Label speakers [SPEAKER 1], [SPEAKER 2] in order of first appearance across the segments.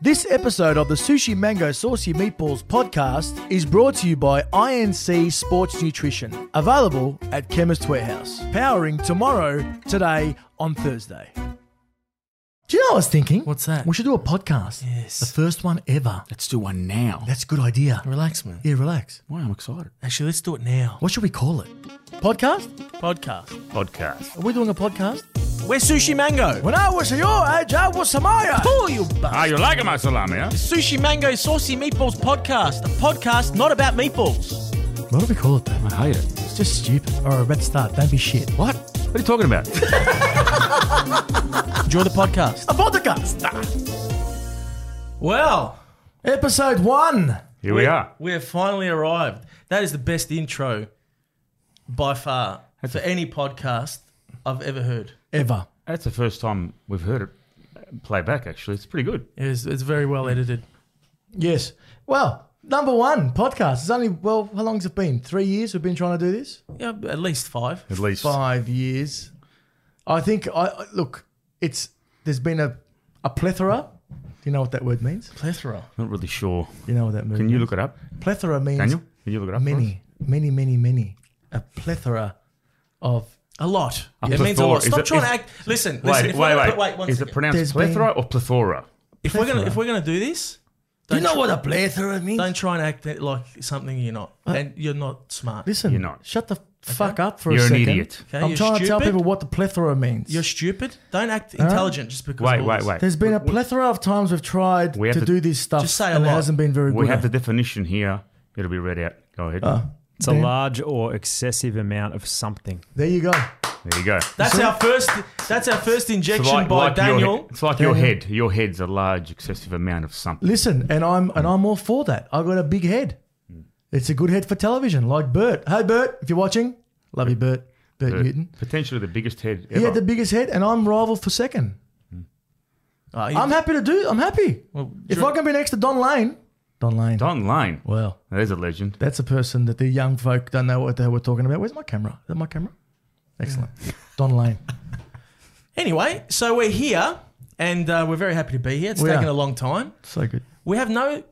[SPEAKER 1] This episode of the Sushi Mango Saucy Meatballs podcast is brought to you by INC Sports Nutrition, available at Chemist Warehouse, powering tomorrow, today, on Thursday. Do you know what I was thinking?
[SPEAKER 2] What's that?
[SPEAKER 1] We should do a podcast.
[SPEAKER 2] Yes.
[SPEAKER 1] The first one ever.
[SPEAKER 3] Let's do one now.
[SPEAKER 1] That's a good idea.
[SPEAKER 2] Relax, man.
[SPEAKER 1] Yeah, relax.
[SPEAKER 3] Why I'm excited.
[SPEAKER 2] Actually, let's do it now.
[SPEAKER 1] What should we call it? Podcast? Podcast.
[SPEAKER 3] Podcast.
[SPEAKER 1] Are we doing a podcast?
[SPEAKER 2] We're Sushi Mango.
[SPEAKER 1] When I was your age, I was Samaya.
[SPEAKER 2] Oh, you bastard.
[SPEAKER 3] Are Ah, you liking my salami, huh?
[SPEAKER 2] Sushi Mango Saucy Meatballs Podcast. A podcast not about meatballs.
[SPEAKER 1] What do we call it though?
[SPEAKER 3] I hate it.
[SPEAKER 1] It's just stupid. All right, let's start. Don't be shit.
[SPEAKER 3] What? What are you talking about?
[SPEAKER 2] Enjoy the podcast.
[SPEAKER 1] A podcast.
[SPEAKER 2] Well,
[SPEAKER 1] Episode one.
[SPEAKER 3] Here we are.
[SPEAKER 2] we have finally arrived. That is the best intro by far for any podcast I've ever heard.
[SPEAKER 1] Ever.
[SPEAKER 3] That's the first time we've heard it play back, actually. It's pretty good.
[SPEAKER 2] It is, it's very well edited.
[SPEAKER 1] Yes. Well, number one podcast. It's only, well, how long's it been? Three years we've been trying to do this?
[SPEAKER 2] Yeah, at least five.
[SPEAKER 3] At least.
[SPEAKER 1] Five years. I think, I- I look, it's, there's been a, a plethora. Do you know what that word means?
[SPEAKER 2] Plethora.
[SPEAKER 3] Not really sure.
[SPEAKER 1] You know what that means?
[SPEAKER 3] Can you look it up,
[SPEAKER 1] plethora means
[SPEAKER 3] Daniel? Can you look it up? for us?
[SPEAKER 1] many, many, many, many. A plethora of.
[SPEAKER 2] A lot.
[SPEAKER 3] A
[SPEAKER 2] it means a
[SPEAKER 3] plethora.
[SPEAKER 2] lot.
[SPEAKER 3] Is
[SPEAKER 2] Stop
[SPEAKER 3] it-
[SPEAKER 2] trying
[SPEAKER 3] is-
[SPEAKER 2] to act. Listen, listen.
[SPEAKER 3] Wait,
[SPEAKER 2] if
[SPEAKER 3] wait,
[SPEAKER 2] we're gonna
[SPEAKER 3] wait.
[SPEAKER 2] put- wait one
[SPEAKER 3] Is it
[SPEAKER 2] second.
[SPEAKER 3] pronounced
[SPEAKER 1] There's
[SPEAKER 3] plethora or plethora?
[SPEAKER 2] if we're gonna if we're gonna do this,
[SPEAKER 1] Do you
[SPEAKER 2] Don't
[SPEAKER 1] know what a plethora means?
[SPEAKER 2] Don't try and act like something you're not, and you're not smart.
[SPEAKER 1] Listen,
[SPEAKER 3] You're not.
[SPEAKER 1] shut the fuck up for a
[SPEAKER 3] You're an
[SPEAKER 1] second.
[SPEAKER 3] idiot.
[SPEAKER 2] Okay,
[SPEAKER 1] I'm
[SPEAKER 2] you're
[SPEAKER 1] trying to tell
[SPEAKER 2] stupid.
[SPEAKER 1] people what the plethora means.
[SPEAKER 2] You're stupid. Don't act intelligent just because.
[SPEAKER 3] Wait,
[SPEAKER 2] of all
[SPEAKER 3] wait,
[SPEAKER 2] this.
[SPEAKER 3] wait.
[SPEAKER 1] There's been a plethora of times we've tried
[SPEAKER 3] We
[SPEAKER 1] to,
[SPEAKER 3] have to-
[SPEAKER 1] do this stuff,
[SPEAKER 2] Just say a
[SPEAKER 1] and it
[SPEAKER 2] lot.
[SPEAKER 1] hasn't been very
[SPEAKER 3] We
[SPEAKER 1] good.
[SPEAKER 3] have the definition here. It'll be read out. Go ahead.
[SPEAKER 4] It's a large or excessive amount of something.
[SPEAKER 1] there you go.
[SPEAKER 3] there you go.
[SPEAKER 2] That's our first. That's our first injection by
[SPEAKER 3] Your,
[SPEAKER 2] Daniel.
[SPEAKER 3] he- it's like your
[SPEAKER 1] Daniel.
[SPEAKER 3] head. Your head's a large, excessive amount of something.
[SPEAKER 1] Listen, and I'm and I'm all for that. I've got a big head.
[SPEAKER 3] Hmm.
[SPEAKER 1] It's a good head for television, like Bert. Hey, Bert, if you're watching, love you, Bert. Bert Newton.
[SPEAKER 3] Potentially the biggest head
[SPEAKER 1] He
[SPEAKER 3] ever.
[SPEAKER 1] had the biggest head, and I'm rival for second.
[SPEAKER 2] Oh, you-
[SPEAKER 1] I'm happy to do. I'm happy.
[SPEAKER 2] Hmm. Well,
[SPEAKER 1] if
[SPEAKER 2] you're-
[SPEAKER 1] I can be next to Don Lane, Don Lane.
[SPEAKER 3] Don Lane.
[SPEAKER 1] Well,
[SPEAKER 3] There's a legend.
[SPEAKER 1] that's a person that the young folk don't know what they were talking about. Where's my camera? Is that my camera? Excellent. Don Lane.
[SPEAKER 2] anyway, so we're here, and uh, we're very happy to be here. It's
[SPEAKER 1] We
[SPEAKER 2] taken
[SPEAKER 1] are.
[SPEAKER 2] a long time.
[SPEAKER 1] So good.
[SPEAKER 2] We have no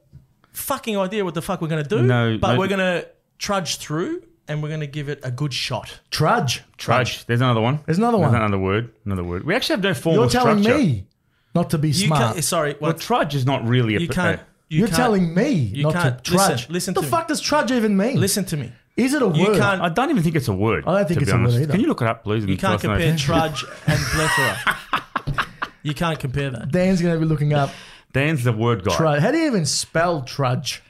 [SPEAKER 2] fucking idea what the fuck we're gonna do.
[SPEAKER 3] No,
[SPEAKER 2] but
[SPEAKER 3] no.
[SPEAKER 2] we're gonna trudge through, and we're gonna give it a good shot.
[SPEAKER 1] Trudge.
[SPEAKER 3] Trudge. There's another one.
[SPEAKER 1] There's another one.
[SPEAKER 3] There's another word. Another word. We actually have no formal
[SPEAKER 1] You're telling
[SPEAKER 3] structure.
[SPEAKER 1] me not to be
[SPEAKER 2] You
[SPEAKER 1] smart.
[SPEAKER 2] can't. Sorry,
[SPEAKER 3] Well,
[SPEAKER 2] well,
[SPEAKER 3] trudge is not really a.
[SPEAKER 2] you can't. You
[SPEAKER 1] You are
[SPEAKER 2] can't,
[SPEAKER 1] telling me not
[SPEAKER 2] can't-
[SPEAKER 1] to
[SPEAKER 2] listen,
[SPEAKER 1] trudge.
[SPEAKER 2] listen
[SPEAKER 1] the
[SPEAKER 2] to me.
[SPEAKER 1] fuck does trudge even mean?
[SPEAKER 2] Listen to me.
[SPEAKER 1] is it a
[SPEAKER 2] You
[SPEAKER 1] word?
[SPEAKER 2] can't.
[SPEAKER 3] I don't even think it's a word.
[SPEAKER 1] I don't think
[SPEAKER 3] to
[SPEAKER 1] it's
[SPEAKER 3] be
[SPEAKER 1] a word
[SPEAKER 3] honest.
[SPEAKER 1] either.
[SPEAKER 3] Can you look it up, please?
[SPEAKER 2] You can't compare trudge and plethora. you can't compare that.
[SPEAKER 1] Dan's gonna be looking up
[SPEAKER 3] Dan's the word guy.
[SPEAKER 1] trudge. How do you even spell trudge?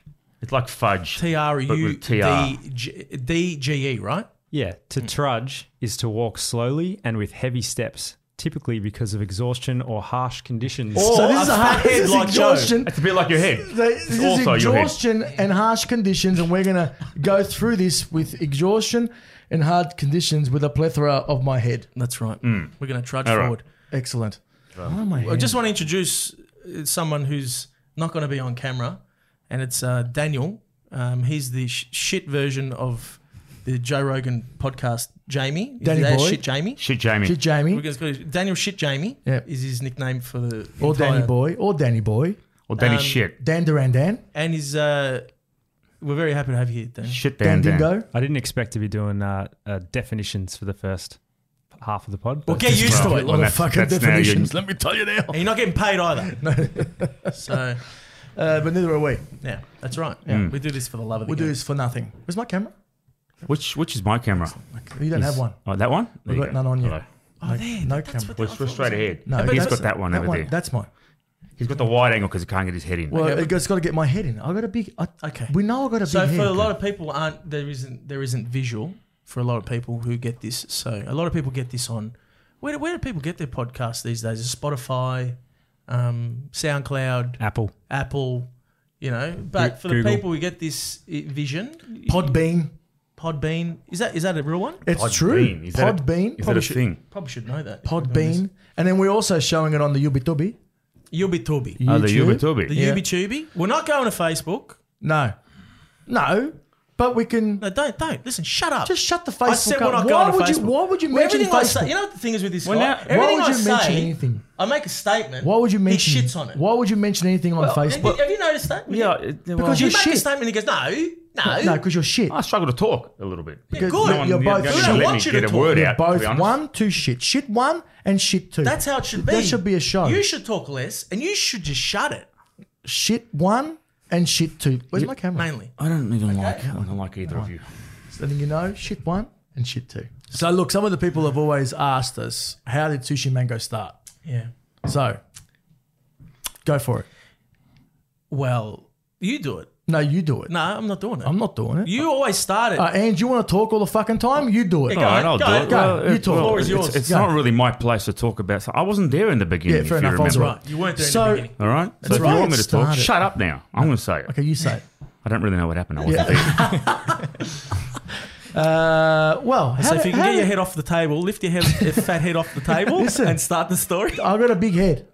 [SPEAKER 3] It's like fudge.
[SPEAKER 2] T R
[SPEAKER 3] But
[SPEAKER 2] U
[SPEAKER 3] with TR.
[SPEAKER 2] D G- D G E, right?
[SPEAKER 4] Yeah, to trudge is to walk slowly and with heavy steps, typically because of exhaustion or harsh conditions.
[SPEAKER 2] Or
[SPEAKER 1] so this is
[SPEAKER 2] a
[SPEAKER 1] a
[SPEAKER 2] fat
[SPEAKER 1] hard this
[SPEAKER 2] head
[SPEAKER 1] is
[SPEAKER 2] like Joe.
[SPEAKER 1] exhaustion.
[SPEAKER 3] It's a bit like your head.
[SPEAKER 1] This
[SPEAKER 3] It's
[SPEAKER 1] is
[SPEAKER 3] also your head.
[SPEAKER 1] exhaustion and harsh conditions, and we're gonna go through this with exhaustion and hard conditions with a plethora of my head.
[SPEAKER 2] That's right. We're going to trudge
[SPEAKER 3] All right.
[SPEAKER 2] forward.
[SPEAKER 1] Excellent. Why am I
[SPEAKER 2] I
[SPEAKER 1] here?
[SPEAKER 2] just want to introduce uh, someone who's not going to be on camera, and it's uh, Daniel. Um, he's the sh- shit version of the Joe Rogan podcast, Jamie. Is
[SPEAKER 1] Danny
[SPEAKER 2] that
[SPEAKER 1] Boy.
[SPEAKER 2] Shit Jamie.
[SPEAKER 3] Shit, Jamie.
[SPEAKER 1] Shit, Jamie
[SPEAKER 2] We're gonna call it Daniel Shit Jamie
[SPEAKER 1] Yep.
[SPEAKER 2] is his nickname for the
[SPEAKER 1] or
[SPEAKER 2] entire-
[SPEAKER 1] Danny Boy or Danny Boy
[SPEAKER 3] Or Danny
[SPEAKER 2] Um,
[SPEAKER 3] shit.
[SPEAKER 1] Dan Duran Dan
[SPEAKER 2] And he's uh, we're very happy to have you here, Daniel.
[SPEAKER 3] Shit, Dan.
[SPEAKER 1] Dan
[SPEAKER 3] Dan.
[SPEAKER 1] Dingo.
[SPEAKER 4] I didn't expect to be doing uh, uh, definitions for the first half of the pod.
[SPEAKER 2] Well,
[SPEAKER 4] but-
[SPEAKER 2] get used to
[SPEAKER 3] Well,
[SPEAKER 2] it.
[SPEAKER 1] What a
[SPEAKER 3] well, that's-
[SPEAKER 1] fucking
[SPEAKER 3] that's now your-
[SPEAKER 1] definitions. Let me tell you now.
[SPEAKER 2] And you're not getting paid either. So,
[SPEAKER 1] Uh, but neither are we.
[SPEAKER 2] yeah, that's right.
[SPEAKER 3] Hmm.
[SPEAKER 2] We do this for the love of the
[SPEAKER 1] We do
[SPEAKER 2] game.
[SPEAKER 1] this for nothing. Where's my camera?
[SPEAKER 3] Which which is my camera?
[SPEAKER 1] You don't have one.
[SPEAKER 3] Oh, that one.
[SPEAKER 1] We've
[SPEAKER 3] There you
[SPEAKER 1] got
[SPEAKER 3] go.
[SPEAKER 1] none on you.
[SPEAKER 3] Hello.
[SPEAKER 2] Oh,
[SPEAKER 1] No, no camera.
[SPEAKER 3] We're, we're straight ahead.
[SPEAKER 1] No,
[SPEAKER 3] he's
[SPEAKER 1] that's-
[SPEAKER 3] got that one over there.
[SPEAKER 1] That's mine.
[SPEAKER 3] He's got the wide angle because he can't get his head in.
[SPEAKER 1] Well,
[SPEAKER 2] Okay,
[SPEAKER 1] it, has got to get my head in. I got a big. I,
[SPEAKER 2] Okay.
[SPEAKER 1] We know I got a big
[SPEAKER 2] So
[SPEAKER 1] head.
[SPEAKER 2] for a lot of people, aren't there isn't there isn't visual for a lot of people who get this. So a lot of people get this on. Where do, where do people get their podcasts these days? Is Spotify, um, SoundCloud,
[SPEAKER 4] Apple.
[SPEAKER 2] Apple, you know. But for the
[SPEAKER 4] Google.
[SPEAKER 2] people who get this eh, vision,
[SPEAKER 1] Podbean.
[SPEAKER 2] Podbean is that is that a real one?
[SPEAKER 1] It's
[SPEAKER 3] Podbean.
[SPEAKER 1] true.
[SPEAKER 3] Is that a-
[SPEAKER 1] Podbean.
[SPEAKER 3] Is that
[SPEAKER 1] Probably
[SPEAKER 3] a
[SPEAKER 1] should-
[SPEAKER 3] thing?
[SPEAKER 2] Probably should know that.
[SPEAKER 1] Podbean. And then we're also showing it on the Yubitubi.
[SPEAKER 2] You'll be Torby.
[SPEAKER 3] Oh, the
[SPEAKER 1] YouTube.
[SPEAKER 2] The
[SPEAKER 3] Yubitubi.
[SPEAKER 1] Yeah.
[SPEAKER 2] Yubi Tubi. We're not going to Facebook.
[SPEAKER 1] No. No. But we can
[SPEAKER 2] No, don't, don't. Listen, shut up.
[SPEAKER 1] just shut the Facebook
[SPEAKER 2] I said
[SPEAKER 1] up.
[SPEAKER 2] we're not
[SPEAKER 1] why
[SPEAKER 2] going to
[SPEAKER 1] would
[SPEAKER 2] Facebook.
[SPEAKER 1] you? Why would you
[SPEAKER 2] Well,
[SPEAKER 1] mention
[SPEAKER 2] everything I
[SPEAKER 1] Facebook?
[SPEAKER 2] say, you know what the thing is with this
[SPEAKER 3] Well,
[SPEAKER 2] guy?
[SPEAKER 3] now- why
[SPEAKER 2] everything
[SPEAKER 1] would
[SPEAKER 2] I
[SPEAKER 1] you
[SPEAKER 2] say,
[SPEAKER 1] mention anything?
[SPEAKER 2] I make a statement.
[SPEAKER 1] why would you mention?
[SPEAKER 2] He shits on it.
[SPEAKER 1] Why would you mention anything on
[SPEAKER 3] Well,
[SPEAKER 1] Facebook?
[SPEAKER 2] Have you noticed that?
[SPEAKER 3] Yeah, it- well,
[SPEAKER 1] Because
[SPEAKER 2] You
[SPEAKER 1] you're
[SPEAKER 2] make a
[SPEAKER 1] shit.
[SPEAKER 2] statement and he goes, no, no.
[SPEAKER 1] no, because you're shit.
[SPEAKER 3] I struggle to talk a little bit.
[SPEAKER 2] Yeah, good.
[SPEAKER 1] No one- You're both-
[SPEAKER 3] gonna
[SPEAKER 1] We don't
[SPEAKER 3] let
[SPEAKER 2] want
[SPEAKER 3] me
[SPEAKER 2] you to
[SPEAKER 3] get a
[SPEAKER 2] talk.
[SPEAKER 3] word
[SPEAKER 2] You're
[SPEAKER 3] out. to
[SPEAKER 1] Both
[SPEAKER 3] be honest.
[SPEAKER 1] one, two shit. Shit one and shit two.
[SPEAKER 2] That's how it should be.
[SPEAKER 1] That should be a show.
[SPEAKER 2] You should talk less and you should just shut it,
[SPEAKER 1] shit one and shit two. Where's my camera?
[SPEAKER 2] mainly.
[SPEAKER 3] I don't even like. I don't like either of you.
[SPEAKER 1] Just letting you know, shit one and shit two. So look, some of the people have always asked us, how did Sushi Mango start?
[SPEAKER 2] Yeah.
[SPEAKER 1] So go for it.
[SPEAKER 2] Well, you do it.
[SPEAKER 1] No, you do it.
[SPEAKER 2] No, I'm not doing it.
[SPEAKER 1] I'm not doing it.
[SPEAKER 2] you always start it.
[SPEAKER 1] Uh, and you want to talk all the fucking time? You do it.
[SPEAKER 2] Yeah, go
[SPEAKER 3] All right,
[SPEAKER 2] on,
[SPEAKER 3] I'll
[SPEAKER 2] go
[SPEAKER 3] do
[SPEAKER 2] on,
[SPEAKER 3] it.
[SPEAKER 2] go
[SPEAKER 1] on.
[SPEAKER 3] Well,
[SPEAKER 1] You
[SPEAKER 3] it-
[SPEAKER 1] talk.
[SPEAKER 3] well,
[SPEAKER 2] Floor is
[SPEAKER 3] it's,
[SPEAKER 2] yours.
[SPEAKER 3] it's
[SPEAKER 1] Go.
[SPEAKER 3] not really my place to talk about. So I wasn't there in the beginning.
[SPEAKER 1] Yeah, fair
[SPEAKER 3] if you
[SPEAKER 1] enough. I was
[SPEAKER 3] remember.
[SPEAKER 1] right.
[SPEAKER 2] you weren't there in
[SPEAKER 1] So-
[SPEAKER 2] the beginning.
[SPEAKER 3] All right. so if you
[SPEAKER 1] right.
[SPEAKER 3] want me to talk,
[SPEAKER 1] Start it.
[SPEAKER 3] shut up now. I'm going to say it.
[SPEAKER 1] Okay, you say it.
[SPEAKER 3] I don't really know what happened. I wasn't
[SPEAKER 1] Uh, well, how
[SPEAKER 2] So if
[SPEAKER 1] do-
[SPEAKER 2] you can
[SPEAKER 1] how
[SPEAKER 2] get your
[SPEAKER 1] do-
[SPEAKER 2] head off the table, lift your, head, your fat head off the table
[SPEAKER 1] Listen.
[SPEAKER 2] and start the story.
[SPEAKER 1] I got a big head.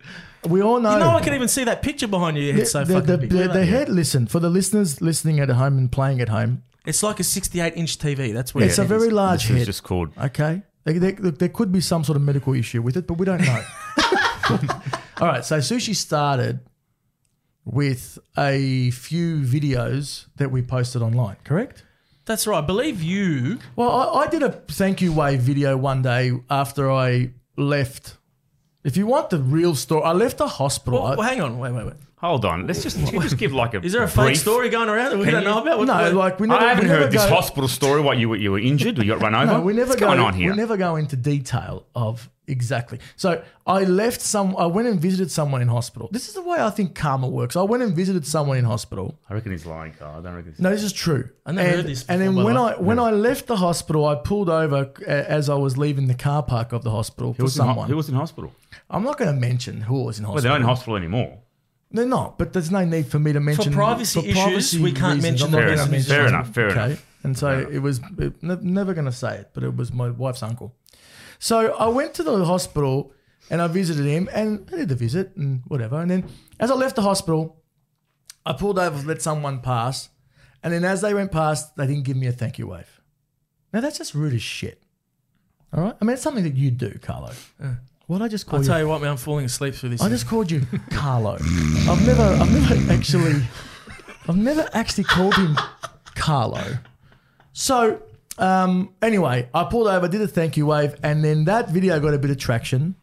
[SPEAKER 1] We all know.
[SPEAKER 2] You know I can even see that picture behind you. Your head's so
[SPEAKER 1] the,
[SPEAKER 2] fucking
[SPEAKER 1] the,
[SPEAKER 2] big.
[SPEAKER 1] the-
[SPEAKER 2] Look at
[SPEAKER 1] the
[SPEAKER 2] that.
[SPEAKER 1] head. Listen for the listeners listening at home and playing at home.
[SPEAKER 2] It's like a 68 inch TV. That's what
[SPEAKER 1] It's
[SPEAKER 2] it
[SPEAKER 1] a
[SPEAKER 2] is.
[SPEAKER 1] very
[SPEAKER 3] there.
[SPEAKER 1] large
[SPEAKER 3] This is
[SPEAKER 1] head.
[SPEAKER 3] just called.
[SPEAKER 1] Okay. There, there, look, there could be some sort of medical issue with it, but we don't know. All right. So sushi started with a few videos that we posted online. Correct.
[SPEAKER 2] That's right. I believe you.
[SPEAKER 1] Well, I, I did a thank you wave video one day after I left. If you want the real story, I left the hospital.
[SPEAKER 2] Well,
[SPEAKER 1] I-
[SPEAKER 2] hang on. Wait, wait, wait.
[SPEAKER 3] Hold on. Let's just you just give like a.
[SPEAKER 2] Is there a fake
[SPEAKER 3] brief-
[SPEAKER 2] story going around that we don't
[SPEAKER 3] you-
[SPEAKER 2] know about? What-
[SPEAKER 1] no,
[SPEAKER 2] what-
[SPEAKER 1] like we never.
[SPEAKER 3] I haven't
[SPEAKER 1] we never
[SPEAKER 3] heard this
[SPEAKER 1] go-
[SPEAKER 3] hospital story. What you were you were injured? You got run over.
[SPEAKER 1] No, we never
[SPEAKER 3] What's
[SPEAKER 1] go,
[SPEAKER 3] going on here?
[SPEAKER 1] We never go into detail of exactly. So I left some. I went and visited someone in hospital. This is the way I think karma works. I went and visited someone in hospital.
[SPEAKER 3] I reckon he's lying. Carl. I don't reckon. He's...
[SPEAKER 1] No, this is true. I
[SPEAKER 2] never
[SPEAKER 1] and,
[SPEAKER 2] heard this
[SPEAKER 1] And then
[SPEAKER 2] before, by
[SPEAKER 1] when
[SPEAKER 2] the
[SPEAKER 1] I when I left the hospital, I pulled over uh, as I was leaving the car park of the hospital
[SPEAKER 3] Who
[SPEAKER 1] for
[SPEAKER 3] was in ho-
[SPEAKER 1] someone.
[SPEAKER 3] who was in hospital?
[SPEAKER 1] I'm not going to mention who was in
[SPEAKER 3] Well, they're
[SPEAKER 1] hospital.
[SPEAKER 3] not in hospital anymore.
[SPEAKER 1] They're not, but there's no need for me to mention
[SPEAKER 2] privacy issues, we can't mention
[SPEAKER 1] I'm
[SPEAKER 2] the
[SPEAKER 1] not gonna
[SPEAKER 2] names of these
[SPEAKER 1] mention
[SPEAKER 2] Fair
[SPEAKER 1] it.
[SPEAKER 3] enough, fair enough.
[SPEAKER 1] And so it was it, ne- never going to say it, but it was my wife's uncle. So I went to the hospital and I visited him, and I did the visit and whatever. And then as I left the hospital, I pulled over, let someone pass, and then as they went past, they didn't give me a thank you wave. Now that's just rude as shit. All right, I mean it's something that you do, Carlo. What I just call
[SPEAKER 2] I'll
[SPEAKER 1] you
[SPEAKER 2] tell you what, man. I'm falling asleep through this.
[SPEAKER 1] I just called you Carlo. I've never, I've never actually, I've never actually called him Carlo. So, um, anyway, I pulled over, did a thank you wave, and then that video got a bit of traction.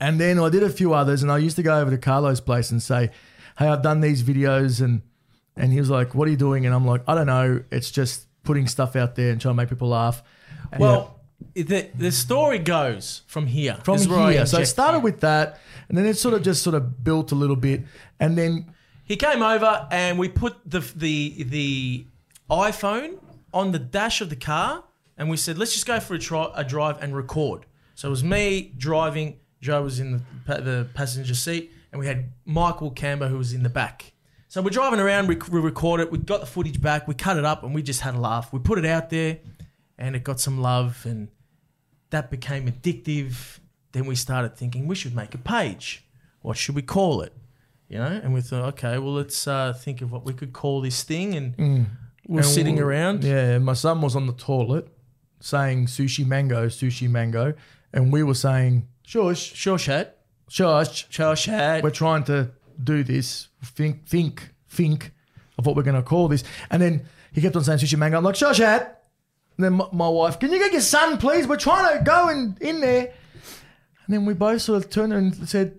[SPEAKER 1] And then I did a few others, and I used to go over to Carlo's place and say, "Hey, I've done these videos," and and he was like, "What are you doing?" And I'm like, "I don't know. It's just putting stuff out there and trying to make people laugh." And
[SPEAKER 2] Well, the, the story goes from here.
[SPEAKER 1] from
[SPEAKER 2] This is where I
[SPEAKER 1] here. So it
[SPEAKER 2] inject
[SPEAKER 1] started
[SPEAKER 2] you.
[SPEAKER 1] with that, and then it sort of just sort of built a little bit, and then
[SPEAKER 2] He came over and we put the the the iPhone on the dash of the car and we said, let's just go for a, tri- a drive and record. So it was me driving. Joe was in the, pa- the passenger seat, and we had Michael Camber who was in the back. So we're driving around. We, we record it. We got the footage back. We cut it up, and we just had a laugh. We put it out there, and it got some love, and that became addictive. Then we started thinking we should make a page. What should we call it? You know, and we thought, okay, well, let's uh, think of what we could call this thing. And we're
[SPEAKER 1] Mm. and
[SPEAKER 2] sitting
[SPEAKER 1] w-
[SPEAKER 2] around.
[SPEAKER 1] Yeah, my son was on the toilet saying sushi mango, sushi mango, and we were saying shush,
[SPEAKER 2] Sure, chat.
[SPEAKER 1] shush.
[SPEAKER 2] Sure, chat.
[SPEAKER 1] We're trying to do this. Think, think, think of what we're going to call this. And then he kept on saying sushi mango. I'm like shush hat. And then my, my wife, can you get your son, please? We're trying to go in, in there. And then we both sort of turned and said,